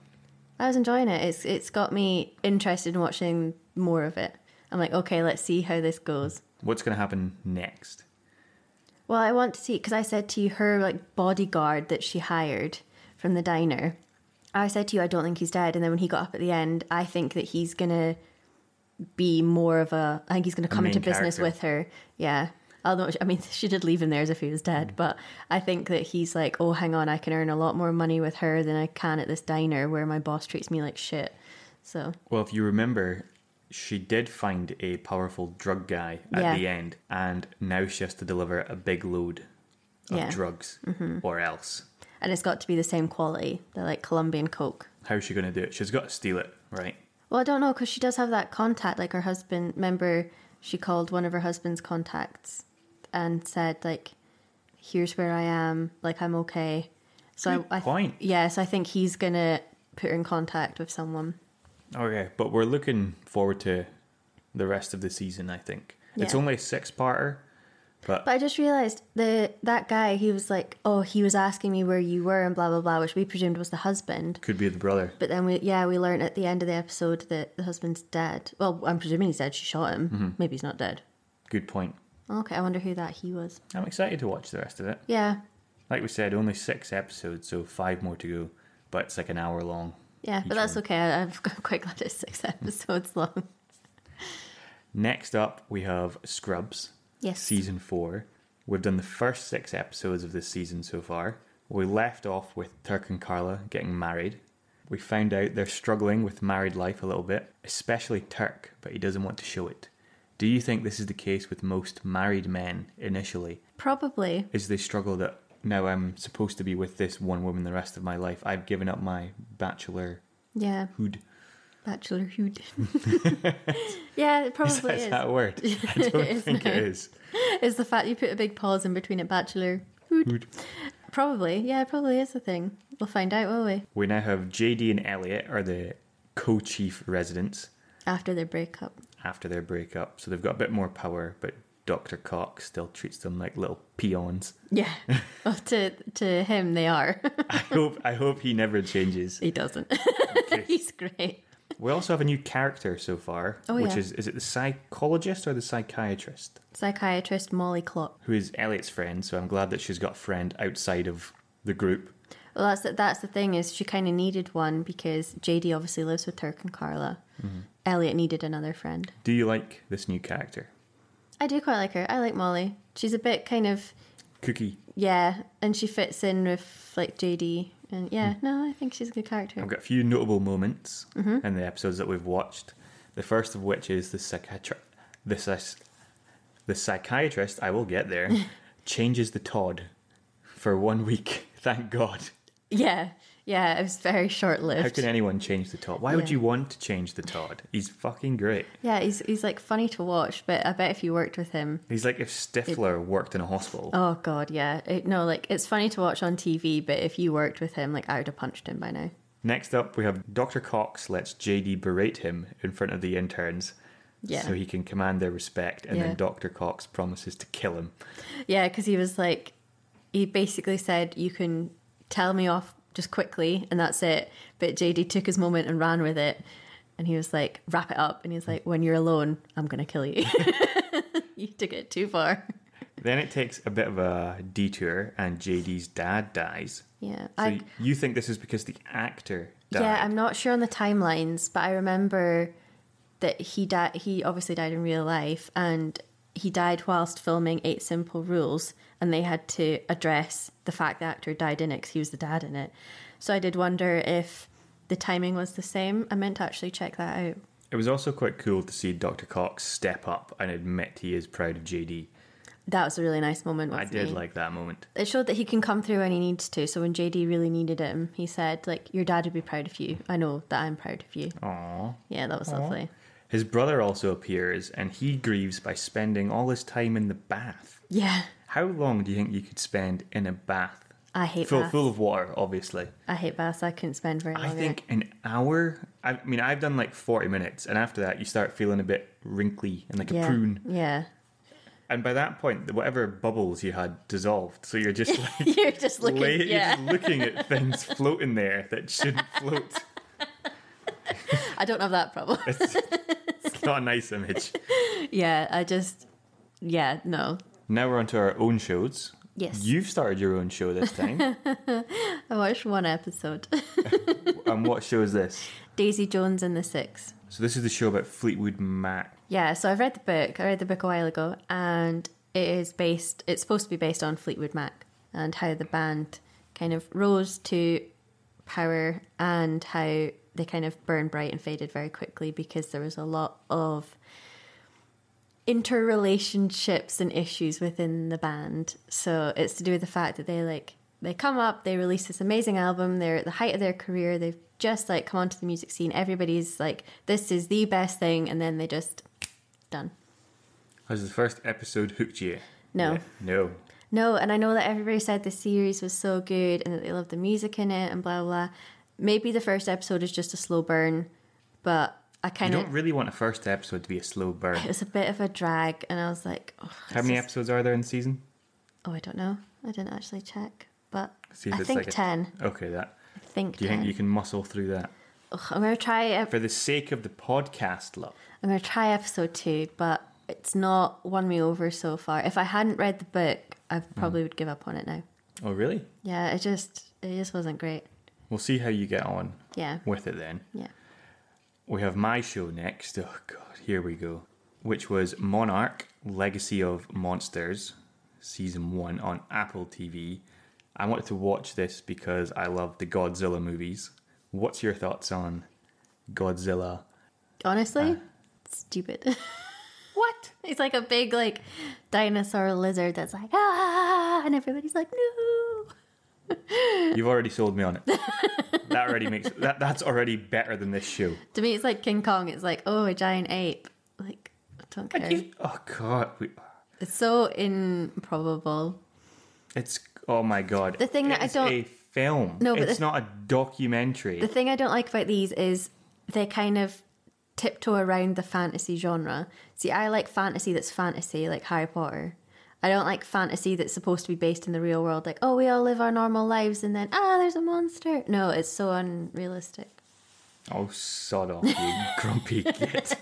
I was enjoying it. It's it's got me interested in watching more of it. I'm like, okay, let's see how this goes.
What's going to happen next?
Well, I want to see because I said to you, her like bodyguard that she hired from the diner. I said to you, I don't think he's dead. And then when he got up at the end, I think that he's gonna be more of a. I think he's gonna come
main
into business
character.
with her. Yeah. Although I mean, she did leave him there as if he was
Mm.
dead, but I think that he's like, oh, hang on, I can earn a lot more money with her than I can at this diner where my boss treats me like shit. So
Well, if you remember, she did find a powerful drug guy at
Yeah.
the end, and now she has to deliver a big load of
Yeah. Mm-hmm.
drugs, or else.
and it's got to be the same quality, the like Colombian Coke.
How is she going to do it? She's got to steal it, right?
Well, I don't know because she does have that contact. Like her husband, remember, she called one of her husband's contacts and said, like, "Here's where I am. Like, I'm okay." So I, I
point.
yeah, so I think he's gonna put her in contact with someone.
Okay, but we're looking forward to the rest of the season. I think it's
Yeah.
only a six-parter, but,
But I just realized the that guy, he was like, "Oh, he was asking me where you were and blah blah blah," which we presumed was the husband.
could be the brother.
But then we, yeah, we learned at the end of the episode that the husband's dead. Well, I'm presuming he's dead. She shot him. Maybe he's not dead.
Good point.
Okay, I wonder who that he was.
I'm excited to watch the rest of it.
Yeah,
like we said, only six episodes, so five more to go, but it's like an hour long.
Yeah,
each
but that's
one.
okay. I- I'm quite glad it's six episodes long.
Next up, we have Scrubs.
Yes.
Season four. We've done the first six episodes of this season so far. We left off with Turk and Carla getting married. We found out they're struggling with married life a little bit, especially Turk, but he doesn't want to show it. Do you think this is the case with most married men initially?
Probably.
Is they struggle that now I'm supposed to be with this one woman the rest of my life? I've given up my bachelorhood.
Yeah, bachelorhood. yeah, it
Is
probably
that
is.
that word? I
It
don't
is
think
now.
it is.
It's the fact you put a big pause in between it, bachelorhood. Probably, yeah, it probably is a thing. We'll find out, will we?
We now have JD and Elliot are the co-chief residents
After their breakup.
after their breakup, so they've got a bit more power, but Dr. Cox still treats them like little peons.
Yeah. well, to to him they are.
I hope I hope he never changes.
he doesn't. He's great.
We also have a new character so far,
Oh,
which
yeah.
is is it the psychologist or the psychiatrist
Psychiatrist Molly Clock.
who is Elliot's friend, so I'm glad that she's got a friend outside of the group.
Well, that's the, that's the thing is she kind of needed one because JD obviously lives with Turk and Carla.
Mm-hmm.
Elliot needed another friend.
Do you like this new character?
I do quite like her. I like Molly. She's a bit kind of
Cookie.
yeah, and she fits in with like JD. And yeah,
Hmm.
no, I think she's a good character.
I've got a few notable moments
Mm-hmm.
in the episodes that we've watched. The first of which is the psychiatrist. The, psy- the psychiatrist, I will get there, changes the Todd for one week. Thank God.
Yeah, yeah, it was very short
How
lived.
can anyone change the Todd? Why would
Yeah.
you want to change the Todd? He's fucking great.
Yeah, he's he's like funny to watch, but I bet if you worked with him,
He's like if Stifler worked in a hospital.
oh god, yeah, It- no, like it's funny to watch on TV, but if you worked with him, like I would have punched him by now.
Next up, we have Dr. Cox lets JD berate him in front of the interns
Yeah.
so he can command their respect, and
Yeah.
then Dr. Cox promises to kill him.
Yeah, because he was like, he basically said, "You can tell me off just quickly, and that's it." But JD took his moment and ran with it, and he was like, "Wrap it up," and he's like, "When you're alone, I'm gonna kill you." you took it too far.
Then it takes a bit of a detour, and JD's dad dies.
Yeah,
So
I,
you think this is because the actor died?
Yeah, I'm not sure on the timelines, but I remember that he died. He obviously died in real life, and he died whilst filming Eight Simple Rules, and they had to address the fact the actor died in it because he was the dad in it. So I did wonder if the timing was the same. I meant to actually check that out.
It was also quite cool to see Dr. Cox step up and admit he is proud of JD.
That was a really nice moment.
I
Wasn't
did
it?
like that moment.
It showed that he can come through when he needs to. So when JD really needed him, he said, "Like your dad would be proud of you. I know that I'm proud of you."
Aww.
Yeah, that was lovely.
His brother also appears, and he grieves by spending all his time in the bath.
Yeah,
How long do you think you could spend in a bath?
I hate
Full,
that.
full of water, obviously.
I hate baths. I couldn't spend very long.
I
in it.
think an hour. I mean, I've done like 40 minutes, and after that, you start feeling a bit wrinkly and like a
yeah.
prune.
Yeah.
And by that point, whatever bubbles you had dissolved. So you're just like
You're just looking.
lay, you're
yeah.
just looking at things floating there that shouldn't float.
I don't have that problem.
It's not a nice image.
yeah. I just. Yeah. No.
Now we're onto our own shows.
Yes.
You've started your own show this time.
I watched one episode.
and what show is this?
Daisy Jones and the Six.
So this is the show about Fleetwood Mac.
Yeah. So I've read the book. I read the book a while ago, and it is based. It's supposed to be based on Fleetwood Mac and how the band kind of rose to power and how they kind of burned bright and faded very quickly because there was a lot of interrelationships and issues within the band. So it's to do with the fact that they like they come up, they release this amazing album, they're at the height of their career, they've just like come onto the music scene, everybody's like, this is the best thing, and then they just done.
Has the first episode hooked you?
No.
Yeah, no.
No, and I know that everybody said the series was so good and that they loved the music in it and blah blah. blah. Maybe the first episode is just a slow burn, but I
You
kind
don't
of
really want a first episode to be a slow burn.
it was a bit of a drag, and I was like, oh,
How
this
many
is-
episodes are there in the season?
Oh, I don't know. I didn't actually check, but
See if
I
it's
think
like a-
ten.
Okay, that.
I think
Do you
10.
think you can muscle through that?
Ugh, I'm gonna try. ep-
For the sake of the podcast, love.
I'm gonna try episode two, but it's not won me over so far. If I hadn't read the book, I
Hmm.
probably would give up on it now.
Oh, really?
Yeah, it just it just wasn't great.
We'll see how you get on
Yeah,
with it then.
yeah.
We have my show next. Oh, God, here we go. Which was Monarch Legacy of Monsters, season one on Apple TV. I wanted to watch this because I love the Godzilla movies. What's your thoughts on Godzilla?
Honestly, stupid. what? He's like a big like dinosaur lizard that's like ah, and everybody's like no.
You've already sold me on it. that already makes that that's already better than this show.
To me, it's like King Kong. It's like oh, a giant ape. Like I don't care.
Oh God, we,
It's so improbable.
It's oh my god.
The thing that I
It's
don't-
a film.
No, but
it's
the-
not a documentary.
The thing I don't like about these is they kind of tiptoe around the fantasy genre. See, I like fantasy that's fantasy, like Harry Potter. I don't like fantasy that's supposed to be based in the real world, like, oh, we all live our normal lives and then, ah, there's a monster. No, it's so unrealistic.
oh, sod off, you grumpy git.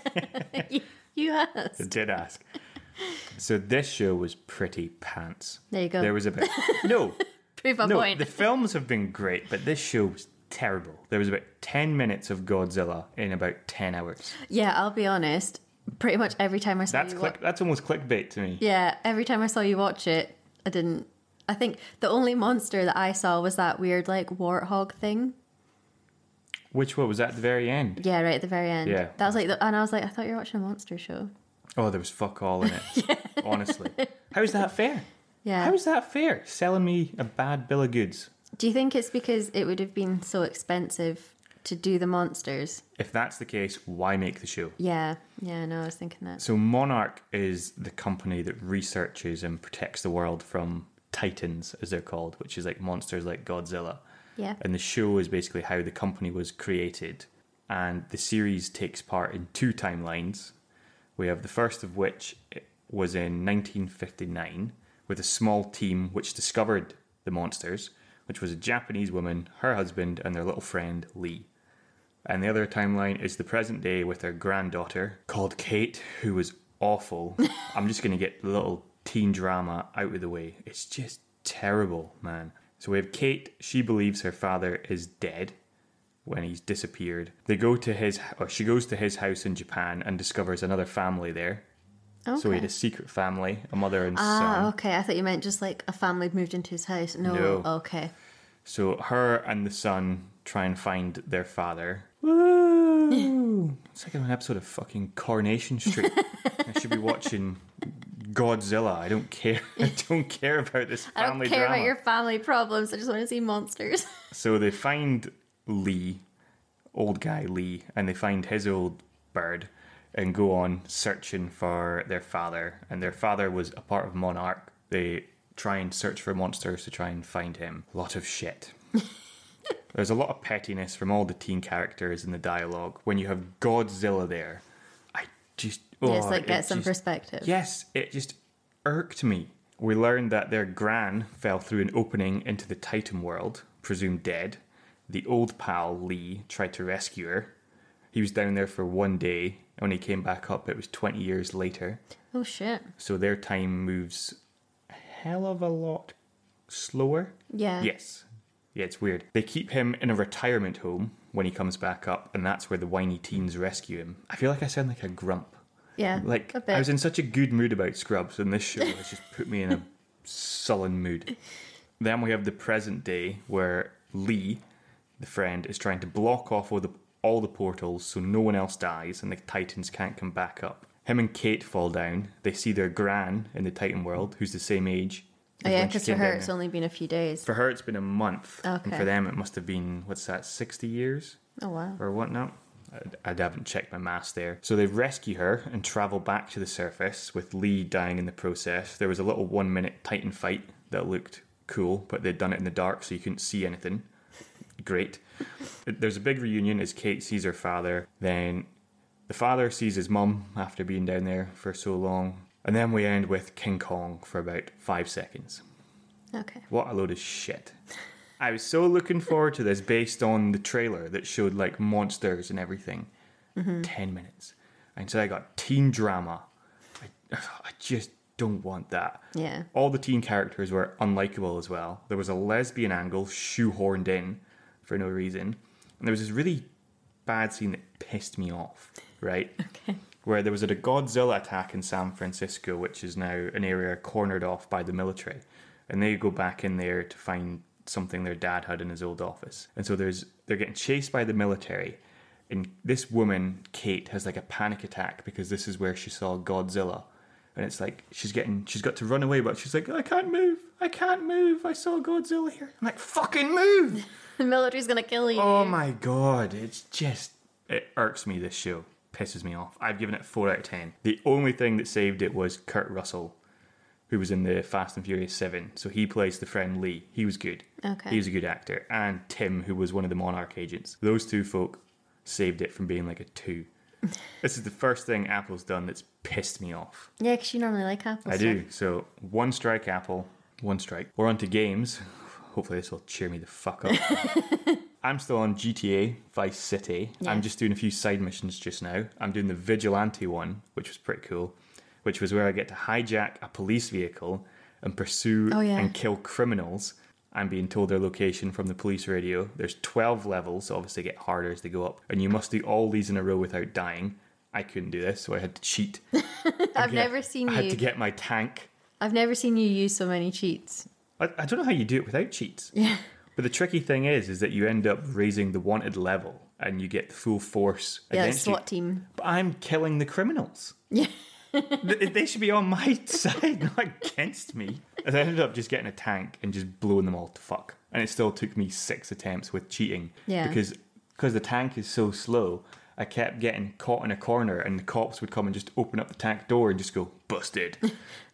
You asked.
I did ask. So this show was pretty pants.
There you go.
There was about no,
Prove a
no.
point.
The films have been great, but this show was terrible. There was about ten minutes of Godzilla in about ten hours.
yeah, I'll be honest. Pretty much every time I saw
That's
you
click. that's almost clickbait to me.
Yeah, every time I saw you watch it, I didn't. I think the only monster that I saw was that weird, like, warthog thing.
Which one was at the very end?
Yeah, right at the very end.
Yeah.
That was like, the, and I was like, I thought you were watching a monster show.
Oh, there was fuck all in it. Honestly, how is that fair?
Yeah.
How is that fair? Selling me a bad bill of goods.
Do you think it's because it would have been so expensive to do the monsters?
If that's the case, why make the show?
Yeah, yeah, no, I was thinking that.
So Monarch is the company that researches and protects the world from titans, as they're called, which is like monsters like Godzilla.
Yeah.
And the show is basically how the company was created. And the series takes part in two timelines. We have the first of which was in 1959 with a small team which discovered the monsters, which was a Japanese woman, her husband, and their little friend Lee. And the other timeline is the present day with her granddaughter called Kate, who was awful. I'm just going to get the little teen drama out of the way. It's just terrible, man. So we have Kate, she believes her father is dead when he's disappeared. They go to his or she goes to his house in Japan and discovers another family there.
Okay.
So he had a secret family, a mother and son.
ah, okay. I thought you meant just like a family had moved into his house. No,
um, No.
okay.
So her and the son try and find their father. Woo! it's like an episode of fucking Coronation Street. I should be watching Godzilla. I don't care. I don't care about this
I
family
don't care
drama.
about your family problems. I just want to see monsters.
So they find Lee, old guy Lee, and they find his old bird and go on searching for their father. And their father was a part of Monarch. They try and search for monsters to try and find him. A lot of shit. There's a lot of pettiness from all the teen characters in the dialogue. When you have Godzilla there, I just. Oh,
Just like
it
get some
just-
perspective.
Yes, it just irked me. We learned that their gran fell through an opening into the Titan world, presumed dead. The old pal, Lee, tried to rescue her. He was down there for one day, and when he came back up, it was 20 years later.
Oh shit.
So their time moves a hell of a lot slower.
Yeah.
Yes. Yeah, it's weird. They keep him in a retirement home when he comes back up, and that's where the whiny teens rescue him. I feel like I sound like a grump.
Yeah.
Like
a bit.
I was in such a good mood about Scrubs, and this show has just put me in a sullen mood. Then we have the present day where Lee, the friend, is trying to block off all the all the portals so no one else dies and the Titans can't come back up. Him and Kate fall down. They see their gran in the Titan world, who's the same age.
oh,
as
yeah,
when she
because for
came
her
down
it's
there.
only been a few days.
for her it's been a month, and
Okay.
for them it must have been what's that, sixty years?
Oh wow.
or whatnot. I, I haven't checked my mass there. So they rescue her and travel back to the surface with Lee dying in the process. There was a little one minute Titan fight that looked cool, but they'd done it in the dark so you couldn't see anything. Great. There's a big reunion as Kate sees her father. Then the father sees his mum after being down there for so long. And then we end with King Kong for about five seconds.
Okay.
What a load of shit. I was so looking forward to this based on the trailer that showed like monsters and everything.
Mm-hmm.
10 minutes. And so I got teen drama. I, I just don't want that.
Yeah.
All the teen characters were unlikable as well. There was a lesbian angle shoehorned in for no reason. And there was this really bad scene that pissed me off, right?
Okay.
where there was a Godzilla attack in San Francisco, which is now an area cornered off by the military. And they go back in there to find something their dad had in his old office. And so there's they're getting chased by the military. And this woman, Kate, has like a panic attack because this is where she saw Godzilla. And it's like she's getting she's got to run away, but she's like, I can't move. I can't move. I saw Godzilla here. I'm like, fucking move!
The military's gonna kill you.
Oh my god, it's just it irks me this show. Pisses me off. I've given it four out of ten. The only thing that saved it was Kurt Russell, who was in the Fast and Furious 7. So he plays the friend Lee. He was good.
Okay.
He was a good actor. And Tim, who was one of the Monarch agents. Those two folk saved it from being like a two. this is the first thing Apple's done that's pissed me off.
Yeah, because you normally like Apple.
I
stuff.
do. So one strike Apple, one strike. We're on to games. Hopefully this will cheer me the fuck up. I'm still on GTA Vice City.
Yeah.
I'm just doing a few side missions just now. I'm doing the vigilante one, which was pretty cool, which was where I get to hijack a police vehicle and pursue
Oh, yeah.
and kill criminals. I'm being told their location from the police radio. There's 12 levels, so obviously they get harder as they go up, and you must do all these in a row without dying. I couldn't do this, so I had to cheat.
I've
Yeah.
never seen
I had
you.
to get my tank.
I've never seen you use so many cheats.
I, I don't know how you do it without cheats.
Yeah.
But the tricky thing is, is that you end up raising the wanted level and you get the full force
Yeah, like
against you.
SWAT team.
But I'm killing the criminals.
Yeah.
Th- they should be on my side, not against me. And I ended up just getting a tank and just blowing them all to fuck. And it still took me six attempts with cheating.
Yeah.
Because because the tank is so slow, I kept getting caught in a corner and the cops would come and just open up the tank door and just go, busted.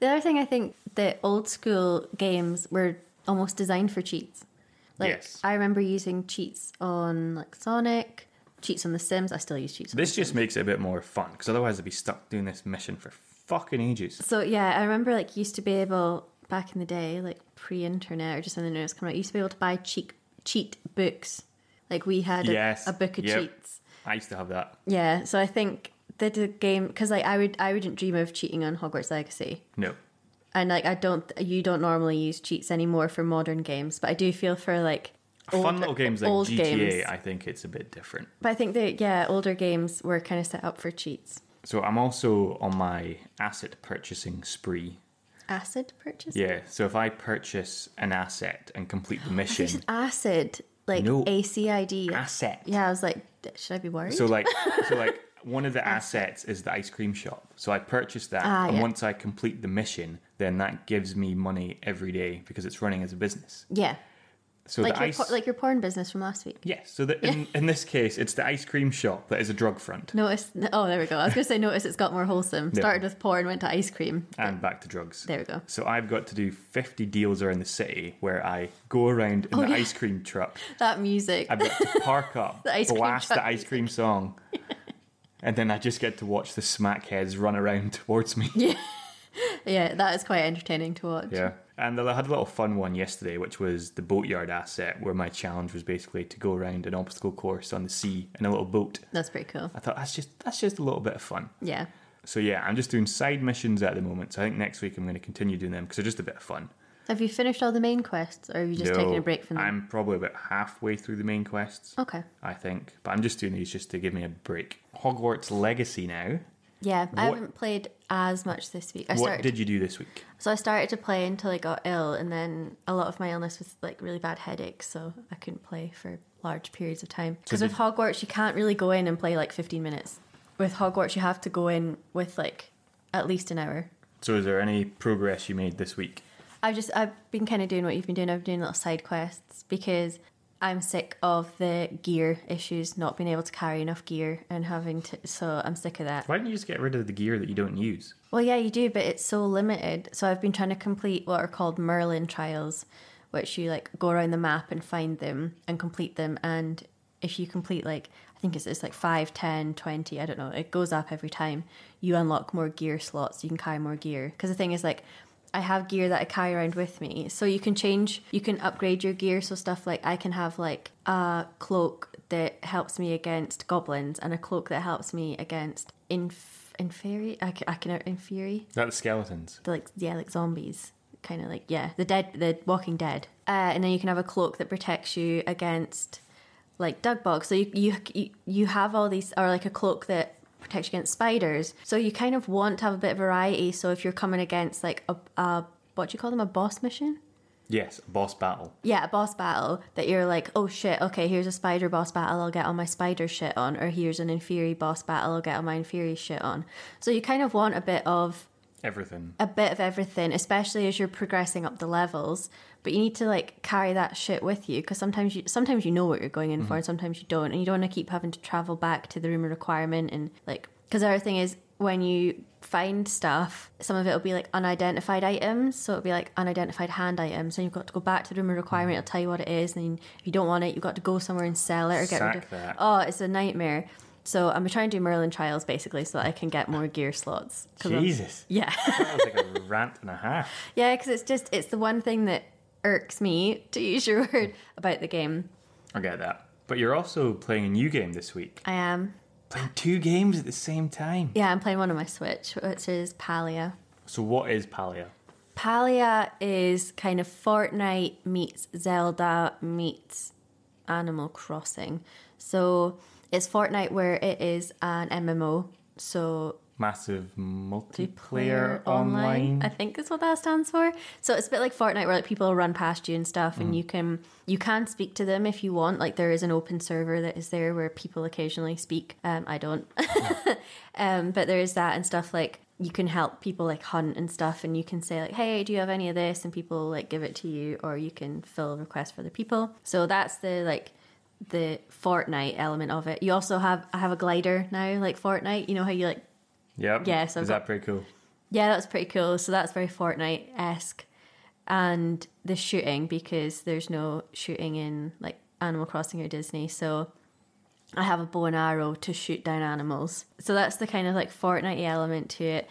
The other thing I think that old school games were almost designed for cheats. Like
Yes.
I remember using cheats on like Sonic, cheats on The Sims. I still use cheats. On
This just makes it a bit more fun because otherwise I'd be stuck doing this mission for fucking ages.
So yeah, I remember like used to be able back in the day, like pre-internet or just when the news coming out, you used to be able to buy cheat cheat books. Like we had a,
Yes,
a book of
yep.
cheats.
I used to have that.
Yeah, so I think that the game because like I would I wouldn't dream of cheating on Hogwarts Legacy,
No.
and like I don't you don't normally use cheats anymore for modern games, but I do feel for like
Fun little games like
old
GTA,
games.
I think it's a bit different.
But I think that yeah, older games were kind of set up for cheats.
So I'm also on my asset purchasing spree.
Acid purchase.
Yeah. So if I purchase an asset and complete the mission,
Acid like
No.
A C I D.
asset.
Yeah, I was like, d- should I be worried?
So like, so like one of the assets is the ice cream shop. So I purchase that,
Ah,
and
yeah.
once I complete the mission, then that gives me money every day because it's running as a business.
yeah.
So
like
the
your
ice,
por- like your porn business from last week.
Yes. So the, in, in this case, it's the ice cream shop that is a drug front
Notice. Oh, there we go. I was going to say notice. It's got more wholesome. Started with porn, went to ice cream.
and back to drugs.
There we go.
So I've got to do 50 deals around the city where I go around in the
Oh, yeah.
ice cream truck.
That music.
I've got to park up,
The ice cream
blast the
truck
ice cream song. And then I just get to watch the smackheads run around towards me. Yeah.
yeah, that is quite entertaining to watch.
And I had a little fun one yesterday, which was the boatyard asset, where my challenge was basically to go around an obstacle course on the sea in a little boat.
That's pretty cool.
I thought that's just that's just a little bit of fun.
Yeah.
So yeah, I'm just doing side missions at the moment. So I think next week I'm going to continue doing them because they're just a bit of fun.
Have you finished all the main quests, or have you just
No,
taken a break from them? Oh.
I'm probably about halfway through the main quests,
Okay.
I think. But I'm just doing these just to give me a break. Hogwarts Legacy now.
Yeah, I
What-
haven't played as much this week. I
What
started.
did you do this week?
So I started to play until I got ill, and then a lot of my illness was like really bad headaches, so I couldn't play for large periods of time. Because with
did-
Hogwarts, you can't really go in and play like 15 minutes. With Hogwarts, you have to go in with like at least an hour.
So is there any progress you made this week?
I've just I've been kind of doing what you've been doing. I've been doing little side quests because I'm sick of the gear issues, not being able to carry enough gear, and having to. So I'm sick of that.
Why don't you just get rid of the gear that you don't use?
Well, yeah, you do, but it's so limited. So I've been trying to complete what are called Merlin trials, which you like go around the map and find them and complete them. And if you complete like, I think it's, it's like 5, 10, 20, I don't know, it goes up every time. You unlock more gear slots, you can carry more gear. Because the thing is, like, I have gear that I carry around with me. So you can change, you can upgrade your gear. So stuff like I can have like a cloak that helps me against goblins and a cloak that helps me against inf- inferi. I can, I can uh, inferi.
Is that the skeletons?
The, like yeah, like zombies, kind of like yeah, the dead, the Walking Dead. Uh, and then you can have a cloak that protects you against like dug bugs. So you you you- you have all these, or like a cloak that protects you against spiders. So you kind of want to have a bit of variety. So if you're coming against like a, a what do you call them, a boss mission?
Yes, a boss battle.
Yeah, a boss battle that you're like, oh shit, okay, here's a spider boss battle, I'll get all my spider shit on, or here's an inferi boss battle, I'll get all my inferi shit on. So you kind of want a bit of
Everything.
a bit of everything, especially as you're progressing up the levels. But you need to like carry that shit with you because sometimes you sometimes you know what you're going in
Mm-hmm.
for, and sometimes you don't, and you don't want to keep having to travel back to the room of requirement and like because the other thing is when you find stuff, some of it will be like unidentified items. So it'll be like unidentified hand items. And you've got to go back to the room of
Mm-hmm.
requirement. It'll tell you what it is. And then if you don't want it, you've got to go somewhere and sell it or get
Sack
rid of
that.
Oh, it's a nightmare. So I'm trying to do Merlin trials basically so that I can get more gear slots. 'Cause I'm-
Jesus.
Yeah.
That was like a rant and a half.
yeah, because it's just, it's the one thing that irks me, to use your word, about the game.
I get that. But you're also playing a new game this week.
I am.
Playing two games at the same time.
Yeah, I'm playing one on my Switch, which is Palia.
So what is Palia?
Palia is kind of Fortnite meets Zelda meets Animal Crossing. So it's Fortnite where it is an MMO. So
Massive
multiplayer
multiplayer online.
I think is what that stands for. So it's a bit like Fortnite where like people run past you and stuff and you can you can speak to them if you want. Like there is an open server that is there where people occasionally speak. Um I don't. um but there is that and stuff like you can help people like hunt and stuff and you can say like hey do you have any of this and people like give it to you or you can fill requests for other people. So that's the like the Fortnite element of it. You also have I have a glider now like Fortnite. You know how you like
Yep.
Yes, I've
Is
got-
that pretty cool?
yeah, that's pretty cool. So that's very Fortnite esque. And the shooting, because there's no shooting in like Animal Crossing or Disney. So I have a bow and arrow to shoot down animals. So that's the kind of like Fortnite element to it.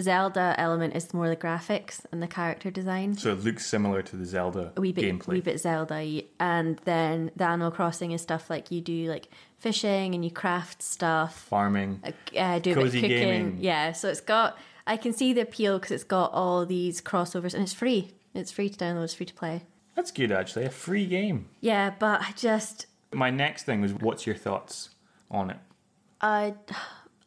Zelda element is more the graphics and the character design
So it looks similar to the Zelda
a wee bit,
gameplay.
wee bit Zelda, and then the Animal Crossing is stuff like you do like fishing and you craft stuff
Farming.
uh, do a bit of
Cozy
cooking.
gaming.
Yeah, so it's got. I can see the appeal because it's got all these crossovers and it's free. It's free to download. It's free to play.
That's good actually. A free game.
Yeah, but I just
My next thing was what's your thoughts on it?
I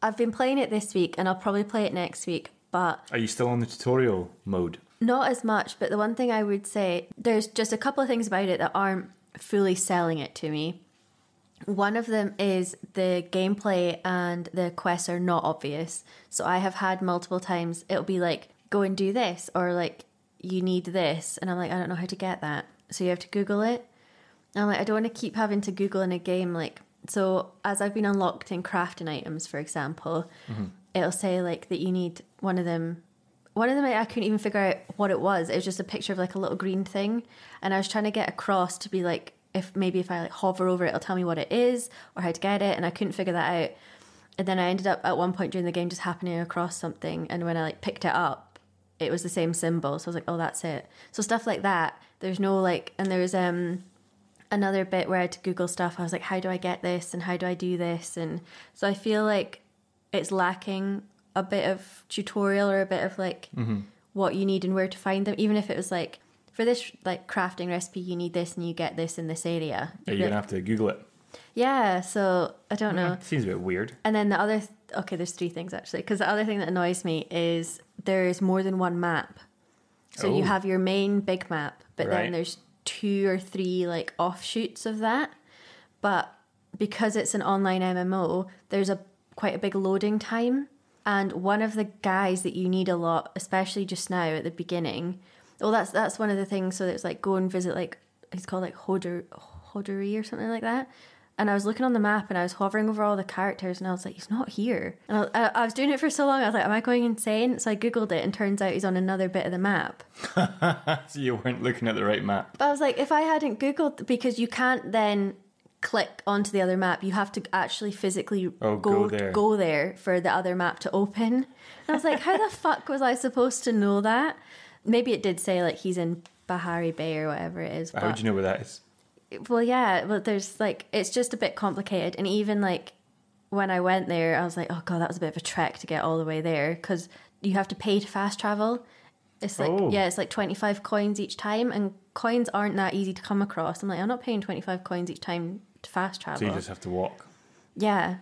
I've been playing it this week and I'll probably play it next week. But
Are you still on the tutorial mode?
Not as much, but the one thing I would say, there's just a couple of things about it that aren't fully selling it to me. One of them is the gameplay and the quests are not obvious. So I have had multiple times it'll be like, go and do this, or like, you need this. And I'm like, I don't know how to get that. So you have to Google it. And I'm like, I don't want to keep having to Google in a game. Like, so as I've been unlocked in crafting items, for example, it'll say like that you need one of them. One of them, I I couldn't even figure out what it was. It was just a picture of like a little green thing, and I was trying to get across to be like, if maybe if I like hover over it, it'll tell me what it is or how to get it, and I couldn't figure that out. And then I ended up at one point during the game just happening across something, and when I like picked it up, it was the same symbol. So I was like, oh, that's it. So stuff like that. There's no like, and there's um another bit where I had to Google stuff. I was like, how do I get this and how do I do this? And so I feel like it's lacking a bit of tutorial or a bit of like
Mm-hmm.
what you need and where to find them. Even if it was like for this like crafting recipe, you need this and you get this in this area.
Are you gonna have to Google it?
yeah. So I don't know.
Seems a bit weird.
And then the other, th- okay, there's three things actually. Because the other thing that annoys me is there is more than one map. So you
Oh.
have your main big map, but
Right.
then there's two or three like offshoots of that. But because it's an online MMO, there's a quite a big loading time. And one of the guys that you need a lot, especially just now at the beginning, well, that's that's one of the things. So it's like go and visit like it's called like Hodor Hodori or something like that. And I was looking on the map and I was hovering over all the characters and I was like, he's not here. And I, I, I was doing it for so long, I was like, am I going insane? So I googled it and turns out he's on another bit of the map.
So you weren't looking at the right map.
But I was like, if I hadn't Googled, because you can't then click onto the other map, you have to actually physically
Oh, go there.
go there for the other map to open. And I was like, how the fuck was I supposed to know that? Maybe it did say like he's in Bahari Bay or whatever it is.
How
But,
would you know where that is?
well, yeah, but there's like, it's just a bit complicated. And even like when I went there, I was like, oh God, that was a bit of a trek to get all the way there because you have to pay to fast travel. It's like,
Oh.
yeah, it's like 25 coins each time, and coins aren't that easy to come across. I'm like, I'm not paying 25 coins each time to fast travel.
So you just have to walk.
Yeah.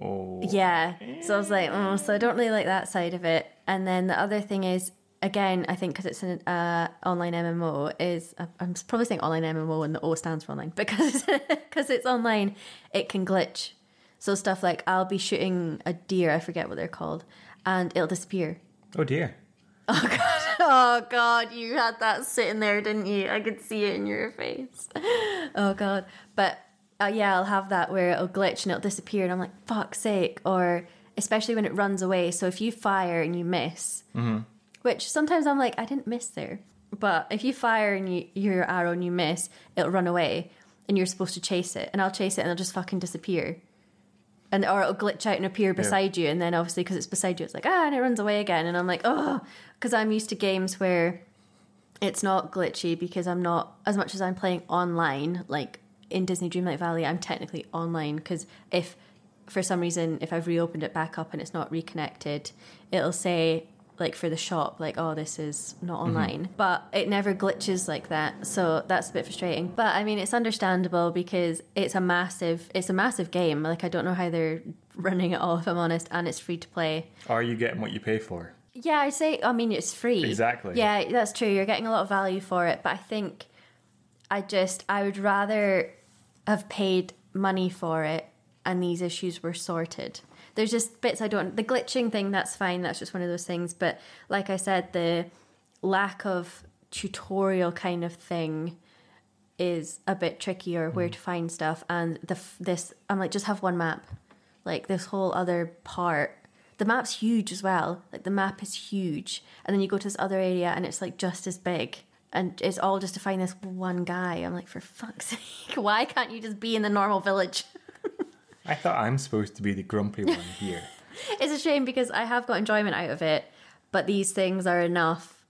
Oh.
Yeah. So I was like, oh, so I don't really like that side of it. And then the other thing is, again, I think because it's an uh, online MMO, is I- I'm probably saying online MMO and the O stands for online because because it's online, it can glitch. So stuff like I'll be shooting a deer, I forget what they're called, and it'll disappear.
Oh dear.
Oh God, you had that sitting there, didn't you? I could see it in your face. Oh God, but uh, yeah, I'll have that where it'll glitch and it'll disappear, and I'm like, fuck's sake, or especially when it runs away. So if you fire and you miss, which sometimes I'm like, I didn't miss there. But if you fire and you, your arrow and you miss, it'll run away and you're supposed to chase it. And I'll chase it and it'll just fucking disappear. And or it'll glitch out and appear beside you. And then obviously, because it's beside you, it's like, ah, and it runs away again. And I'm like, oh, because I'm used to games where it's not glitchy because I'm not as much as I'm playing online, like in Disney Dreamlight Valley, I'm technically online because if for some reason if I've reopened it back up and it's not reconnected, it'll say like for the shop, like, oh this is not online. But it never glitches like that. So that's a bit frustrating. But I mean it's understandable because it's a massive it's a massive game. Like I don't know how they're running it all if I'm honest, and it's free to play.
Are you getting what you pay for?
Yeah, I'd say, I mean, it's free.
Exactly.
Yeah, that's true. You're getting a lot of value for it. But I think I just, I would rather have paid money for it and these issues were sorted. There's just bits I don't, the glitching thing, that's fine. That's just one of those things. But like I said, the lack of tutorial kind of thing is a bit trickier where to find stuff and the f- this I'm like just have one map like this whole other part the map's huge as well like the map is huge and then you go to this other area and it's like just as big and it's all just to find this one guy I'm like for fuck's sake why can't you just be in the normal village
I thought I'm supposed to be the grumpy one here.
it's a shame because I have got enjoyment out of it but these things are enough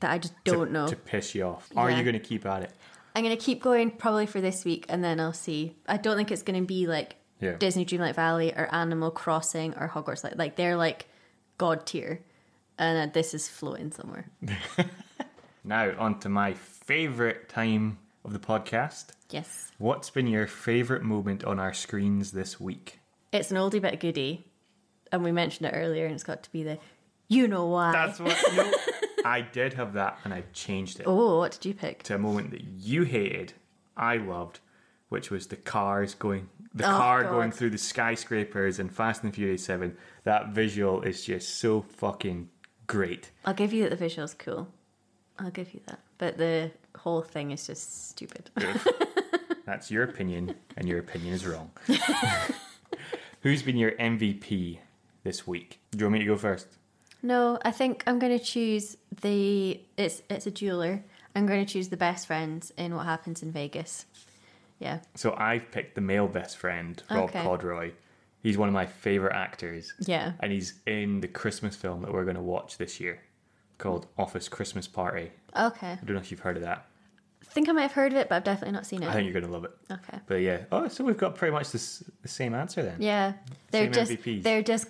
that I just
to-
don't know
To piss you off. Are you
Yeah.
going to keep at it?
I'm gonna keep going probably for this week, and then I'll see. I don't think it's gonna be like
Yeah.
Disney Dreamlight Valley or Animal Crossing or Hogwarts. Like, like they're like god tier, and uh, this is floating somewhere.
Now, on to my favourite time of the podcast.
Yes,
What's been your favourite moment on our screens this week?
it's an oldie but a goodie, and we mentioned it earlier, and it's got to be the you know why.
That's what. No, I did have that and I changed it
oh, what did you pick?
to a moment that you hated, I loved, which was the cars going, the car
God.
going through the skyscrapers in Fast and Furious 7. That visual is just so fucking great.
I'll give you that the visual's cool. I'll give you that, but the whole thing is just stupid.
That's your opinion, and your opinion is wrong. Who's been your MVP this week? Do you want me to go first?
No, I think I'm going to choose the. It's it's a jeweler. I'm going to choose the best friends in what happens in Vegas. Yeah,
So I've picked the male best friend, Rob
Okay.
Podroy. He's one of my favourite actors.
yeah.
And he's in the Christmas film that we're going to watch this year called Office Christmas Party.
Okay,
I don't know if you've heard of that.
I think I might have heard of it, but I've definitely not seen
I
it.
think you're going to love it.
Okay,
But yeah. Oh, so we've got pretty much this, the same answer then.
yeah, they're
Same
just
MVPs.
they're just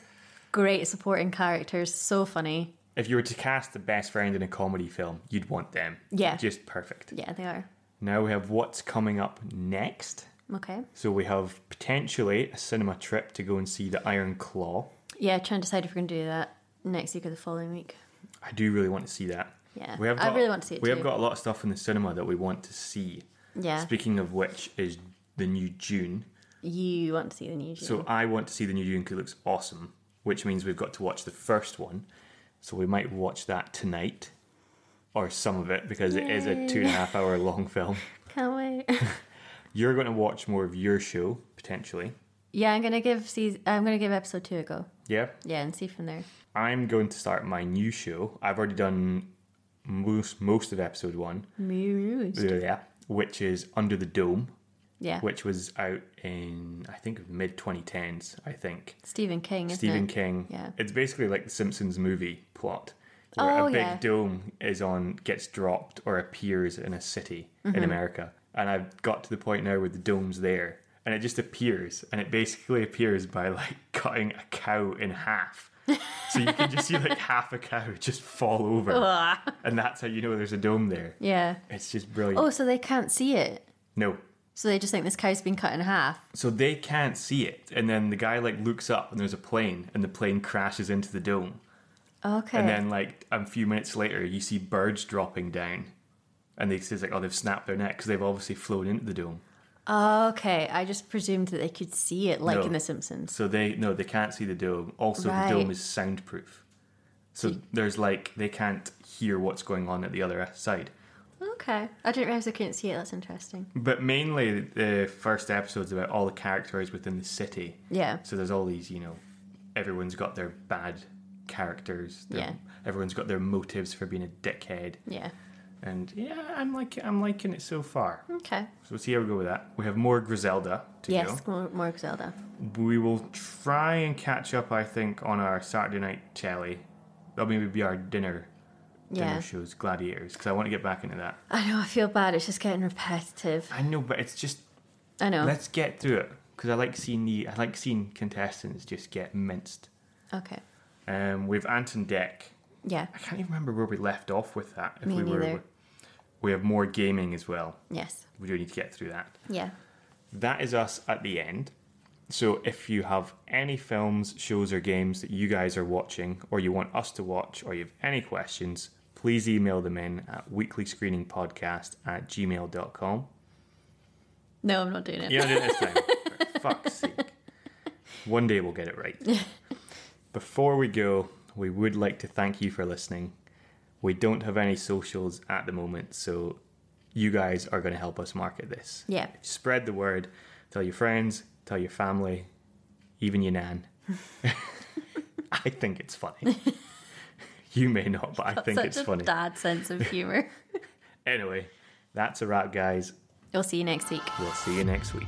great supporting characters. So funny.
If you were to cast the best friend in a comedy film, you'd want them.
Yeah.
Just perfect.
Yeah, they are.
Now we have what's coming up next.
Okay.
So we have potentially a cinema trip to go and see the Iron Claw.
Yeah, trying to decide if we're going to do that next week or the following week.
I do really want to see that.
Yeah,
We have
I
got-
really want to see it
We have
too.
got a lot of stuff in the cinema that we want to see.
Yeah,
Speaking of which, is the new June.
you want to see the new June?
So I want to see the new June because it looks awesome, which means we've got to watch the first one. So we might watch that tonight or some of it because it is a two and a half hour long film.
Can't wait.
You're going to watch more of your show potentially.
yeah, I'm gonna give season. I'm gonna give episode two a go.
Yeah.
Yeah, and see from there.
I'm going to start my new show. I've already done most most of episode one,
Mood.
yeah, which is Under the Dome,
Yeah.
which was out in I think mid 2010s. I think
Stephen King, isn't
Stephen
it?
King.
Yeah.
It's basically like the Simpsons movie plot, where
Oh,
a big
yeah.
dome is on gets dropped or appears in a city
Mm-hmm.
in America. And I've got to the point now where the dome's there, and it just appears, and it basically appears by like cutting a cow in half. So you can just see like half a cow just fall over,
Ugh.
and that's how you know there's a dome there.
Yeah.
It's just brilliant.
Oh, so they can't see it.
No,
So they just think this cow's been cut in half.
so they can't see it, and then the guy like looks up, and there's a plane, and the plane crashes into the dome.
Okay.
And then like a few minutes later, you see birds dropping down, and they says like, oh, they've snapped their neck because they've obviously flown into the dome.
okay, I just presumed that they could see it, like
No.
in The Simpsons.
So they no, they can't see the dome. Also,
Right.
the dome is soundproof, so there's like they can't hear what's going on at the other side.
Okay, I didn't realize they couldn't see it. That's interesting.
But mainly, the first episode's about all the characters within the city.
Yeah.
So there's all these, you know, everyone's got their bad characters. their-
Yeah.
Everyone's got their motives for being a dickhead.
Yeah.
And yeah, I'm like I'm liking it so far.
Okay.
So let's see how we go with that. We have more Griselda to go.
Yes, more, more Zelda.
We will try and catch up, I think, on our Saturday night chelly. That'll maybe be our dinner dinner
Yeah.
shows, Gladiators, because I want to get back into that.
I know, I feel bad. It's just getting repetitive.
I know, but it's just
I know.
let's get through it because I like seeing the I like seeing contestants just get minced.
Okay.
Um, we have Anton Deck.
Yeah.
I can't even remember where we left off with that. If
Me
we
neither.
we have more gaming as well.
Yes.
We do need to get through that.
Yeah.
that is us at the end. So if you have any films, shows, or games that you guys are watching, or you want us to watch, or you have any questions, please email them in at weeklyscreeningpodcast at gmail.com.
No, I'm not doing it.
You know, I did it this time. For fuck's sake. One day we'll get it right. Before we go, we would like to thank you for listening. We don't have any socials at the moment, so you guys are going to help us market this.
Yeah.
Spread the word. Tell your friends, tell your family, even your nan. I think it's funny. you may not, but I think
Such
it's
a
funny.
dad sense of humor.
Anyway, that's a wrap, guys.
we'll see you next week.
We'll see you next week.